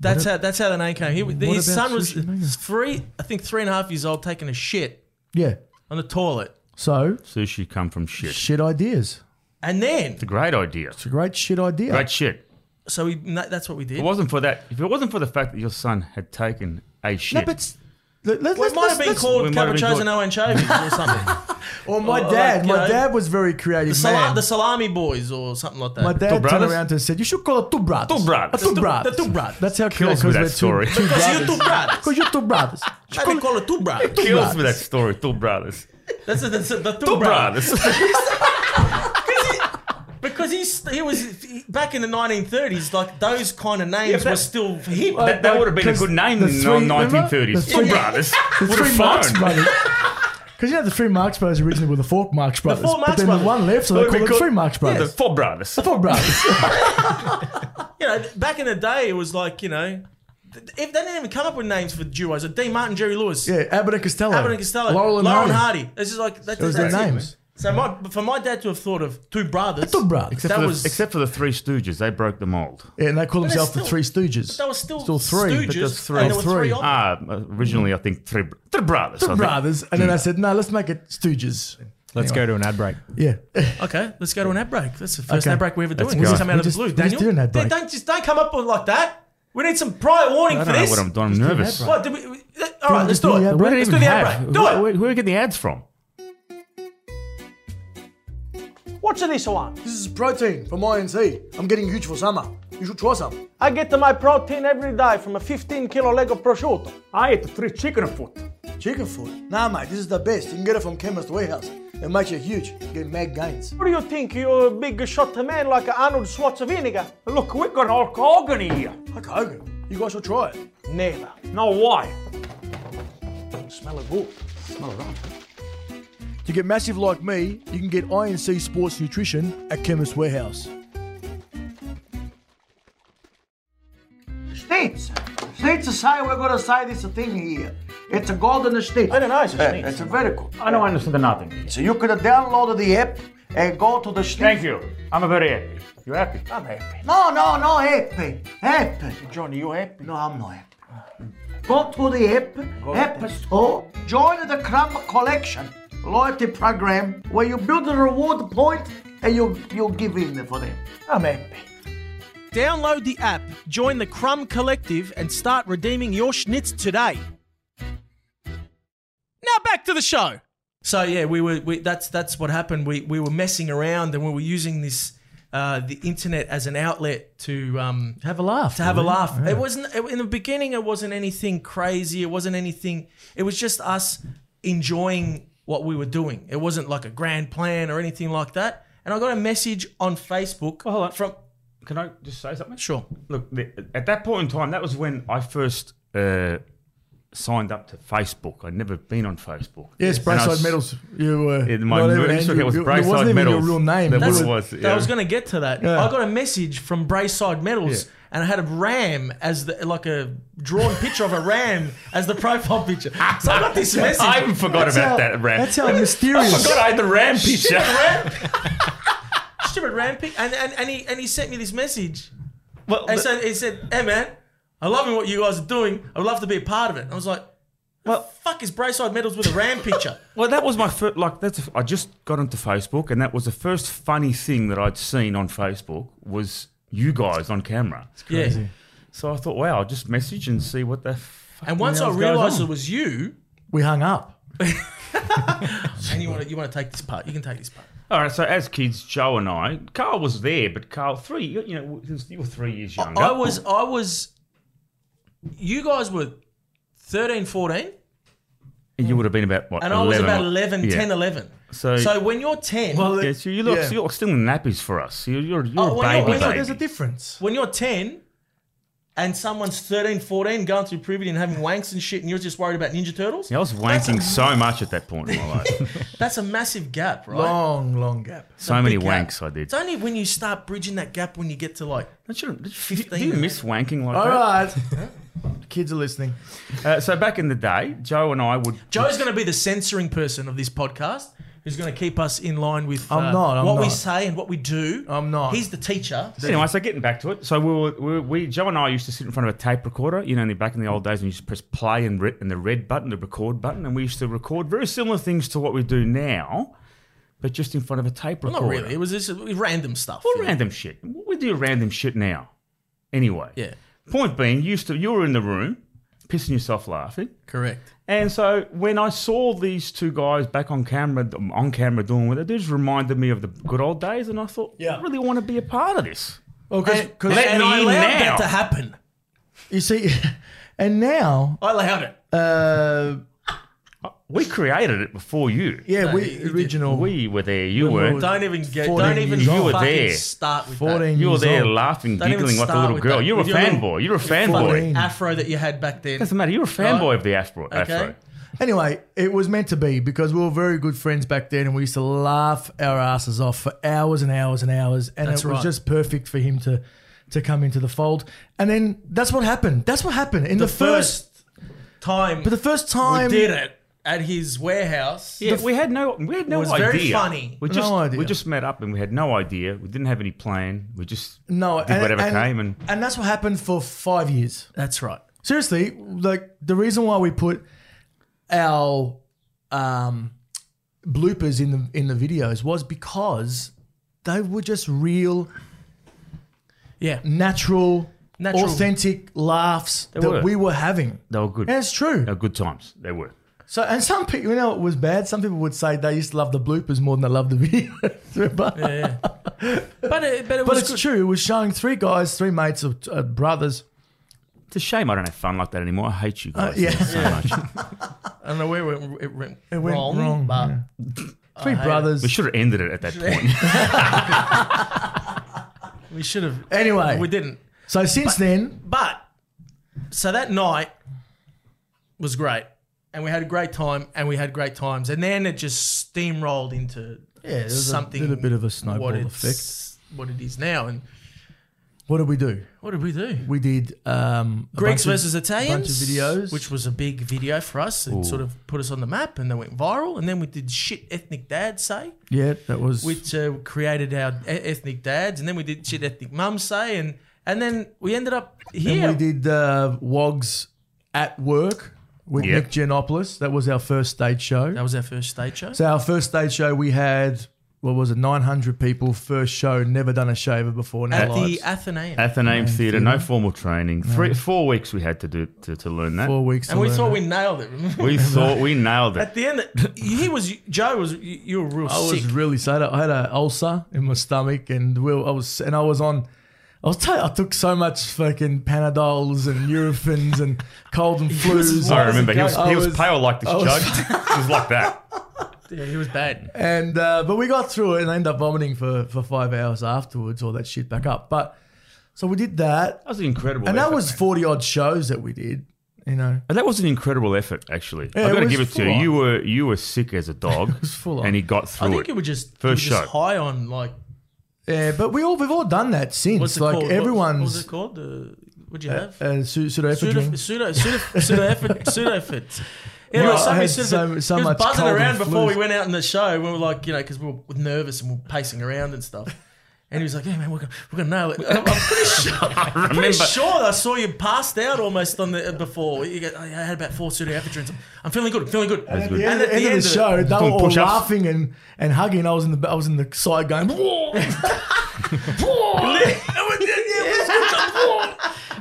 [SPEAKER 2] That's how that's how the name came. He, his
[SPEAKER 1] about
[SPEAKER 2] son was
[SPEAKER 1] sushi manga?
[SPEAKER 2] three, I think three and a half years old, taking a shit
[SPEAKER 1] yeah.
[SPEAKER 2] on the toilet,
[SPEAKER 1] So
[SPEAKER 3] Sushi come from shit.
[SPEAKER 1] shit ideas.
[SPEAKER 2] and then
[SPEAKER 3] It's a great idea.
[SPEAKER 1] It's a great shit idea.
[SPEAKER 3] Great shit.
[SPEAKER 2] so we na- that's what we did.
[SPEAKER 3] If it wasn't for that, if it wasn't for the fact that your son had taken a
[SPEAKER 1] No,
[SPEAKER 3] shit,
[SPEAKER 1] but s- let, let,
[SPEAKER 2] Well,
[SPEAKER 1] let's,
[SPEAKER 2] it might
[SPEAKER 1] let's,
[SPEAKER 2] have been
[SPEAKER 1] let's,
[SPEAKER 2] called
[SPEAKER 3] we might have been
[SPEAKER 2] capuchos
[SPEAKER 3] called-
[SPEAKER 2] and no anchovies or something.
[SPEAKER 1] Or my
[SPEAKER 2] Or,
[SPEAKER 1] dad.
[SPEAKER 2] like, you
[SPEAKER 1] my
[SPEAKER 2] know,
[SPEAKER 1] dad was very creative
[SPEAKER 2] Sala-
[SPEAKER 1] man.
[SPEAKER 2] the salami boys or something like that.
[SPEAKER 1] my dad turned
[SPEAKER 3] brothers?
[SPEAKER 1] around and said, "You should call it two brothers."
[SPEAKER 3] Two brothers.
[SPEAKER 1] Uh, two
[SPEAKER 3] The two-
[SPEAKER 1] brothers.
[SPEAKER 2] the two brothers.
[SPEAKER 1] That's how
[SPEAKER 3] Kills me
[SPEAKER 1] because
[SPEAKER 3] that
[SPEAKER 1] we're two-
[SPEAKER 3] story.
[SPEAKER 1] Two
[SPEAKER 2] because you
[SPEAKER 1] brothers.
[SPEAKER 2] two brothers.
[SPEAKER 1] Because you're two brothers. You
[SPEAKER 2] Maybe
[SPEAKER 1] call it-
[SPEAKER 2] call it two brothers.
[SPEAKER 3] kills me that story. Two brothers.
[SPEAKER 2] That's, the- that's the- the two,
[SPEAKER 3] Two
[SPEAKER 2] brothers.
[SPEAKER 3] brothers.
[SPEAKER 2] Because he's, he was he- back in the 1930s, like those kind of names
[SPEAKER 3] that-
[SPEAKER 2] were still hip.
[SPEAKER 3] that, that would have been a
[SPEAKER 1] Because
[SPEAKER 3] good name
[SPEAKER 1] the
[SPEAKER 3] in the
[SPEAKER 1] three- remember?
[SPEAKER 3] 1930s.
[SPEAKER 1] The three-
[SPEAKER 3] Two brothers.
[SPEAKER 1] The
[SPEAKER 3] Would have
[SPEAKER 1] three
[SPEAKER 3] flown.
[SPEAKER 1] Marx brothers. Because you know the three Marx Brothers originally were the Fork Marx Brothers.
[SPEAKER 2] Four Marx
[SPEAKER 1] but then
[SPEAKER 2] Brothers.
[SPEAKER 1] the one left, so they
[SPEAKER 3] Look, we
[SPEAKER 1] call it
[SPEAKER 3] call-
[SPEAKER 1] Three Marx
[SPEAKER 3] The
[SPEAKER 1] Brothers.
[SPEAKER 3] four brothers.
[SPEAKER 1] The Fork Brothers.
[SPEAKER 2] You know, back in the day, it was like you know, th- if they didn't even come up with names for duos, like Dean Martin, Jerry Lewis,
[SPEAKER 1] yeah, Abbott and Costello.
[SPEAKER 2] Abbott and Costello,
[SPEAKER 1] Laurel and Hardy.
[SPEAKER 2] Hardy. It's just like that's,
[SPEAKER 1] Those are
[SPEAKER 2] that's
[SPEAKER 1] their
[SPEAKER 2] it.
[SPEAKER 1] names.
[SPEAKER 2] So my, for my dad to have thought of two brothers,
[SPEAKER 1] Two brothers.
[SPEAKER 2] that
[SPEAKER 1] Except
[SPEAKER 3] for the,
[SPEAKER 2] was
[SPEAKER 3] except for the Three Stooges, they broke the mold.
[SPEAKER 1] Yeah, and they call themselves the
[SPEAKER 2] still-
[SPEAKER 1] Three Stooges.
[SPEAKER 2] that was still,
[SPEAKER 1] Still three,
[SPEAKER 2] Stooges,
[SPEAKER 1] but
[SPEAKER 3] there's three.
[SPEAKER 2] and there were
[SPEAKER 1] Three.
[SPEAKER 2] three. of them.
[SPEAKER 3] Ah, originally I think three, br- three brothers.
[SPEAKER 1] Two
[SPEAKER 3] I think.
[SPEAKER 1] brothers. And then I said, no, let's make it Stooges.
[SPEAKER 3] Mm.
[SPEAKER 4] Let's go to an ad break.
[SPEAKER 1] Yeah.
[SPEAKER 2] Okay, let's go to an ad break. That's the first
[SPEAKER 1] Okay.
[SPEAKER 2] ad break we ever doing.
[SPEAKER 3] Let's
[SPEAKER 2] We
[SPEAKER 3] go.
[SPEAKER 2] just come out
[SPEAKER 1] We
[SPEAKER 2] of the
[SPEAKER 1] just-
[SPEAKER 2] blue.
[SPEAKER 1] we just
[SPEAKER 2] Daniel,
[SPEAKER 1] did an ad
[SPEAKER 2] Don't-
[SPEAKER 1] break.
[SPEAKER 2] Don't just don't come up with like that. We need some prior warning
[SPEAKER 3] I
[SPEAKER 2] for
[SPEAKER 3] don't know
[SPEAKER 2] this.
[SPEAKER 3] what I'm doing. I'm nervous.
[SPEAKER 2] What, did we, we- uh, all right, let's
[SPEAKER 1] just
[SPEAKER 2] do
[SPEAKER 1] do
[SPEAKER 2] it.
[SPEAKER 1] the ad
[SPEAKER 3] Where did it
[SPEAKER 2] Let's
[SPEAKER 3] even
[SPEAKER 2] do the
[SPEAKER 3] have?
[SPEAKER 2] ad break. Do
[SPEAKER 3] Where,
[SPEAKER 2] it.
[SPEAKER 3] where, where do we get the ads from?
[SPEAKER 2] What's this one?
[SPEAKER 1] This is protein from INC. I'm getting huge for summer. You should try some.
[SPEAKER 2] I get my protein every day from a 15 kilo leg of prosciutto.
[SPEAKER 5] I ate three chicken foot.
[SPEAKER 1] Chicken food? Nah, mate, this is the best. You can get it from Chemist Warehouse. It makes you huge. You get mad gains.
[SPEAKER 2] What do you think? You're a big shot man like Arnold Schwarzenegger?
[SPEAKER 5] Look, we got Hulk Hogan in here.
[SPEAKER 1] Like Hogan. You guys should try it.
[SPEAKER 2] Never.
[SPEAKER 5] Now why?
[SPEAKER 2] Smell it good.
[SPEAKER 1] To get massive like me, you can get INC Sports Nutrition at Chemist Warehouse.
[SPEAKER 6] States. States aside, we're gonna say this thing here. It's a golden state.
[SPEAKER 2] I don't know, it's a
[SPEAKER 6] Yeah,
[SPEAKER 2] state.
[SPEAKER 6] It's a very good.
[SPEAKER 5] I don't understand nothing.
[SPEAKER 6] So you could download the app and go to the state.
[SPEAKER 5] Thank you. I'm very happy. You happy?
[SPEAKER 2] I'm happy.
[SPEAKER 6] No, no, no, app. App.
[SPEAKER 2] Johnny, you happy?
[SPEAKER 6] No, I'm not happy. Go to the app, app store, join the crumb collection loyalty program where you build a reward point and you you give in for them.
[SPEAKER 2] I'm happy. Download the app, join the Crumb Collective, and start redeeming your schnitz today. Now back to the show. So yeah, we were we, that's that's what happened. We we were messing around and we were using this uh, the internet as an outlet to um,
[SPEAKER 1] Have a laugh.
[SPEAKER 2] to have a laugh. It wasn't it, in the beginning. It wasn't anything crazy. It wasn't anything. It was just us enjoying what we were doing. It wasn't like a grand plan or anything like that. And I got a message on Facebook
[SPEAKER 3] hold on.
[SPEAKER 2] from
[SPEAKER 3] Can I just say something?
[SPEAKER 2] sure.
[SPEAKER 3] Look, the, at that point in time, that was when I first uh, signed up to Facebook. I'd never been on Facebook.
[SPEAKER 1] Yes,
[SPEAKER 3] And I
[SPEAKER 1] Brayside
[SPEAKER 3] was-
[SPEAKER 1] Medals. You were.
[SPEAKER 3] Yeah, my
[SPEAKER 1] not even
[SPEAKER 3] Instagram
[SPEAKER 1] Andrew-
[SPEAKER 3] was
[SPEAKER 1] you- It
[SPEAKER 3] Brayside
[SPEAKER 1] wasn't even your
[SPEAKER 3] Medals.
[SPEAKER 1] real name.
[SPEAKER 3] That
[SPEAKER 1] You
[SPEAKER 3] was-
[SPEAKER 1] were-
[SPEAKER 3] was-
[SPEAKER 2] that-
[SPEAKER 3] yeah.
[SPEAKER 2] I was going to get to that.
[SPEAKER 1] Yeah.
[SPEAKER 2] I got a message from Brayside Medals, and I had a ram as the like a drawn picture of a ram as the profile picture. So I got this message.
[SPEAKER 3] I even forgot
[SPEAKER 1] That's
[SPEAKER 3] about
[SPEAKER 1] how-
[SPEAKER 3] that ram.
[SPEAKER 1] That's how
[SPEAKER 3] I
[SPEAKER 1] mysterious.
[SPEAKER 3] forgot I had the ram picture.
[SPEAKER 2] stupid ram pic, and and and he and he sent me this message.
[SPEAKER 3] Well,
[SPEAKER 2] And so he said, "Hey man, I love what you guys are doing. I would love to be a part of it." And I was like, "What fuck is Brayside Medals with a ram picture?"
[SPEAKER 3] Well, that was my first. Like, that's. I just got onto Facebook, and that was the first funny thing that I'd seen on Facebook was you guys on camera.
[SPEAKER 2] yeah.
[SPEAKER 3] So I thought, wow, I'll just message and see what the. F-
[SPEAKER 2] And once I
[SPEAKER 1] hell's going
[SPEAKER 2] realised
[SPEAKER 1] on?
[SPEAKER 2] it was you,
[SPEAKER 1] we hung up.
[SPEAKER 2] and you want to you want to take this part, you can take this part.
[SPEAKER 3] All right. So as kids, Joe and I, Carl was there, but Carl three. You you know, he was- you were three years younger.
[SPEAKER 2] I was I was. You guys were 13, 14,
[SPEAKER 3] And you would have been about what?
[SPEAKER 2] Hmm. and I was about 11,
[SPEAKER 3] uh, Yeah.
[SPEAKER 2] 10, 11.
[SPEAKER 3] So-
[SPEAKER 2] so when you're 10,
[SPEAKER 3] Yeah, so you look,
[SPEAKER 1] Yeah.
[SPEAKER 3] you look still in nappies for us. You're, you're, you're
[SPEAKER 2] Oh,
[SPEAKER 3] a
[SPEAKER 2] well, no,
[SPEAKER 3] baby.
[SPEAKER 2] well, no,
[SPEAKER 3] baby.
[SPEAKER 1] There's a difference.
[SPEAKER 2] when you're 10 and someone's 13, 14 going through puberty and having wanks and shit, and you're just worried about Ninja Turtles,
[SPEAKER 3] Yeah, I was wanking so much at that point in my life.
[SPEAKER 2] that's a massive gap, right?
[SPEAKER 1] Long, long gap.
[SPEAKER 3] so many
[SPEAKER 2] Big gap.
[SPEAKER 3] wanks I did.
[SPEAKER 2] It's only when you start bridging that gap when you get to like,
[SPEAKER 3] Don't you- did you- do
[SPEAKER 2] 15,
[SPEAKER 3] you miss wanking like
[SPEAKER 1] All
[SPEAKER 3] that?
[SPEAKER 1] right. Kids are listening.
[SPEAKER 3] Uh, so back in the day, Joe and I would.
[SPEAKER 2] Joe's going to be the censoring person of this podcast who's going to keep us in line with uh,
[SPEAKER 1] I'm not, I'm
[SPEAKER 2] what we
[SPEAKER 1] not.
[SPEAKER 2] say and what we do.
[SPEAKER 1] I'm not.
[SPEAKER 2] He's the teacher.
[SPEAKER 3] Anyway, so getting back to it, so we were, we, were- we Joe and I used to sit in front of a tape recorder. You know, in the- back in the old days, when you just press play and, re- and the red button, the record button, and we used to record very similar things to what we do now, but just in front of a tape
[SPEAKER 2] Not
[SPEAKER 3] recorder.
[SPEAKER 2] really. It was just random stuff.
[SPEAKER 3] Well,
[SPEAKER 2] you know?
[SPEAKER 3] random shit. We do random shit now. Anyway.
[SPEAKER 2] Yeah.
[SPEAKER 3] Point being, you used to you were in the room, pissing yourself laughing.
[SPEAKER 2] Correct.
[SPEAKER 3] And so when I saw these two guys back on camera, on camera doing what they did, just reminded me of the good old days, and I thought,
[SPEAKER 1] Yeah.
[SPEAKER 3] I really want to be a part of this.
[SPEAKER 1] Well,
[SPEAKER 2] And,
[SPEAKER 1] because
[SPEAKER 3] Let
[SPEAKER 2] and
[SPEAKER 3] me
[SPEAKER 2] I
[SPEAKER 3] in
[SPEAKER 2] allowed
[SPEAKER 3] now.
[SPEAKER 2] that to happen.
[SPEAKER 1] you see, and now,
[SPEAKER 2] I allowed it.
[SPEAKER 1] uh,
[SPEAKER 3] We created it before you.
[SPEAKER 1] yeah,
[SPEAKER 2] you
[SPEAKER 1] we
[SPEAKER 2] did.
[SPEAKER 1] original
[SPEAKER 3] We were there. You
[SPEAKER 1] We
[SPEAKER 3] were.
[SPEAKER 1] were-
[SPEAKER 2] Don't even get.
[SPEAKER 1] 14
[SPEAKER 2] Don't even
[SPEAKER 1] years old.
[SPEAKER 2] fucking
[SPEAKER 1] You were
[SPEAKER 3] there.
[SPEAKER 2] start with that.
[SPEAKER 1] fourteen.
[SPEAKER 3] You were
[SPEAKER 1] years
[SPEAKER 3] there
[SPEAKER 1] old.
[SPEAKER 3] laughing,
[SPEAKER 2] Don't even
[SPEAKER 3] giggling like a
[SPEAKER 2] start
[SPEAKER 3] little
[SPEAKER 2] with
[SPEAKER 3] girl.
[SPEAKER 2] that.
[SPEAKER 3] You're a
[SPEAKER 2] With your little
[SPEAKER 3] fanboy. You're a
[SPEAKER 2] fucking
[SPEAKER 3] fanboy.
[SPEAKER 1] Fourteen.
[SPEAKER 2] afro that you had back then.
[SPEAKER 3] Doesn't matter. You're a fanboy of the Afro.
[SPEAKER 2] Okay.
[SPEAKER 3] Afro.
[SPEAKER 1] Anyway, it was meant to be because we were very good friends back then, and we used to laugh our asses off for hours and hours and hours, and
[SPEAKER 2] That's
[SPEAKER 1] it was
[SPEAKER 2] right.
[SPEAKER 1] just perfect for him to to come into the fold. And then that's what happened. That's what happened in the, first,
[SPEAKER 2] time
[SPEAKER 1] But the first time
[SPEAKER 2] we did it at his warehouse.
[SPEAKER 3] Yeah, we had no, we had no
[SPEAKER 2] was
[SPEAKER 3] idea.
[SPEAKER 2] very funny.
[SPEAKER 3] We just,
[SPEAKER 1] No idea.
[SPEAKER 3] we just met up and we had no idea. We didn't have any plan. We just
[SPEAKER 1] No,
[SPEAKER 3] did whatever came and
[SPEAKER 1] and that's what happened for five years.
[SPEAKER 2] That's right.
[SPEAKER 1] Seriously, like the reason why we put our um, bloopers in the in the videos was because they were just real,
[SPEAKER 2] Yeah.
[SPEAKER 1] natural,
[SPEAKER 2] Natural.
[SPEAKER 1] authentic laughs that
[SPEAKER 3] were.
[SPEAKER 1] we were having.
[SPEAKER 3] they were good.
[SPEAKER 1] And it's true.
[SPEAKER 3] They were good times. They were.
[SPEAKER 1] So, and some people, you know, it was bad. Some people would say they used to love the bloopers more than they love the videos. Remember?
[SPEAKER 2] But it, but it
[SPEAKER 1] But
[SPEAKER 2] was
[SPEAKER 1] it's
[SPEAKER 2] good.
[SPEAKER 1] true. It was showing three guys, three mates of uh, brothers.
[SPEAKER 3] It's a shame I don't have fun like that anymore. I hate you guys
[SPEAKER 1] Uh, yeah.
[SPEAKER 3] so much.
[SPEAKER 2] I don't know where it went, it went,
[SPEAKER 1] went
[SPEAKER 2] wrong,
[SPEAKER 1] wrong,
[SPEAKER 2] but
[SPEAKER 1] Three brothers.
[SPEAKER 3] We should have ended it at that point.
[SPEAKER 2] we should have.
[SPEAKER 1] Anyway.
[SPEAKER 2] we didn't.
[SPEAKER 1] so since then,
[SPEAKER 2] But so that night was great, and we had a great time, and we had great times, and then it just steamrolled into
[SPEAKER 1] Yeah, there was a
[SPEAKER 2] something
[SPEAKER 1] little bit of a snowball
[SPEAKER 2] what it's- What it is now, and
[SPEAKER 1] what did we do?
[SPEAKER 2] what did we do?
[SPEAKER 1] We did um, a
[SPEAKER 2] Greeks
[SPEAKER 1] bunch of-
[SPEAKER 2] versus Italians,
[SPEAKER 1] bunch of videos.
[SPEAKER 2] which was a big video for us. It sort of put us on the map, and they went viral. And then we did shit ethnic dads say,
[SPEAKER 1] Yeah, that was.
[SPEAKER 2] which uh, created our e- ethnic dads, and then we did shit ethnic mums say, and and then we ended up
[SPEAKER 1] and
[SPEAKER 2] here.
[SPEAKER 1] we did uh, Wogs at work with
[SPEAKER 3] Yep.
[SPEAKER 1] Nick Genopoulos. That was our first stage show.
[SPEAKER 2] that was our first stage show.
[SPEAKER 1] So our first stage show, we had what was it, nine hundred people. First show, never done a shaver before in our
[SPEAKER 2] at
[SPEAKER 1] lives.
[SPEAKER 2] the Athenaeum.
[SPEAKER 3] Athenaeum Theatre, no formal training. Three, four weeks we had to do to, to learn that.
[SPEAKER 1] Four weeks,
[SPEAKER 2] and
[SPEAKER 1] to
[SPEAKER 2] we
[SPEAKER 1] learn
[SPEAKER 2] thought
[SPEAKER 1] it.
[SPEAKER 2] we nailed it. remember?
[SPEAKER 3] We thought we nailed it.
[SPEAKER 2] At the end, he was Joe was you, you were real
[SPEAKER 1] I
[SPEAKER 2] sick.
[SPEAKER 1] was really sad. I had an ulcer in my stomach, and we were- I was and I was on. I was. T- I took so much fucking Panadols and Nurofens and cold and flus.
[SPEAKER 3] I remember he was,
[SPEAKER 1] I
[SPEAKER 3] he was,
[SPEAKER 1] was-
[SPEAKER 3] pale like this
[SPEAKER 1] I was-
[SPEAKER 3] jug. he was like that.
[SPEAKER 2] yeah, he was bad.
[SPEAKER 1] And uh, but we got through it and I ended up vomiting for for five hours afterwards, all that shit back up. But so we did that,
[SPEAKER 3] That was an incredible.
[SPEAKER 1] and that
[SPEAKER 3] effort,
[SPEAKER 1] was
[SPEAKER 3] man.
[SPEAKER 1] forty odd shows that we did. You know,
[SPEAKER 3] And that was an incredible effort, actually.
[SPEAKER 1] Yeah, it
[SPEAKER 3] I've got to
[SPEAKER 1] was
[SPEAKER 3] give it to you.
[SPEAKER 1] full on.
[SPEAKER 3] You were you were sick as a dog,
[SPEAKER 1] full on.
[SPEAKER 3] and he got
[SPEAKER 2] I
[SPEAKER 3] through
[SPEAKER 2] think
[SPEAKER 3] it.
[SPEAKER 2] you were just
[SPEAKER 3] First
[SPEAKER 2] you were just
[SPEAKER 3] show.
[SPEAKER 2] high on like
[SPEAKER 1] yeah. Eh, But we all we've all done that since.
[SPEAKER 2] what's it
[SPEAKER 1] like
[SPEAKER 2] called? What-
[SPEAKER 1] everyone's.
[SPEAKER 2] what was it called? The, what'd you have?
[SPEAKER 1] Uh, pseudo, pseudo,
[SPEAKER 2] Pseudo, pseudo, pseudo, pseudo, effort, pseudo effort.
[SPEAKER 1] Well,
[SPEAKER 2] Yeah, there was
[SPEAKER 1] I had
[SPEAKER 2] somebody sort of-
[SPEAKER 1] so- so
[SPEAKER 2] he was
[SPEAKER 1] much
[SPEAKER 2] buzzing
[SPEAKER 1] cold and
[SPEAKER 2] around before
[SPEAKER 1] flus.
[SPEAKER 2] we went out in the show. We were like, you know, because we were nervous and we were pacing around and stuff. And he was like, "Yeah, man, we're gonna, we're gonna nail it." I'm, I'm pretty sure. I'm pretty
[SPEAKER 3] remember-
[SPEAKER 2] sure I saw you passed out almost on the before. You go, "Oh, I had about four pseudoephedrines. I'm feeling good. I'm feeling good.
[SPEAKER 3] That's
[SPEAKER 1] At
[SPEAKER 3] good.
[SPEAKER 1] the end, end of the
[SPEAKER 2] it-
[SPEAKER 1] show, they were
[SPEAKER 3] doing
[SPEAKER 1] all
[SPEAKER 3] push-ups.
[SPEAKER 1] laughing and, and hugging. I was in the I was in the side going, "Whoa."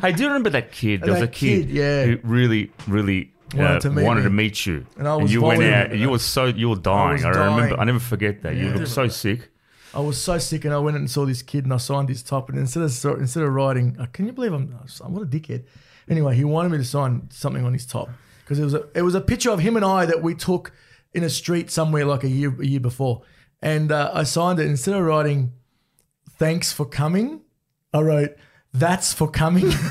[SPEAKER 3] Hey, do you remember that kid? There was
[SPEAKER 1] That
[SPEAKER 3] a kid,
[SPEAKER 1] kid, yeah.
[SPEAKER 3] who really, really uh,
[SPEAKER 1] Wanted
[SPEAKER 3] wanted,
[SPEAKER 1] to
[SPEAKER 3] to,
[SPEAKER 1] meet
[SPEAKER 3] meet
[SPEAKER 1] me.
[SPEAKER 3] you.
[SPEAKER 1] And I was
[SPEAKER 3] you went
[SPEAKER 1] vomiting.
[SPEAKER 3] out. and You were so you were dying.
[SPEAKER 1] was
[SPEAKER 3] I, remember.
[SPEAKER 1] dying.
[SPEAKER 3] I never forget that. You looked so sick.
[SPEAKER 1] I was so sick, and I went and saw this kid, and I signed his top. And instead of instead of writing, uh, can you believe I'm what a dickhead? Anyway, he wanted me to sign something on his top because it was a, it was a picture of him and I that we took in a street somewhere like a year a year before, and uh, I signed it instead of writing, "Thanks for coming," I wrote. That's for coming.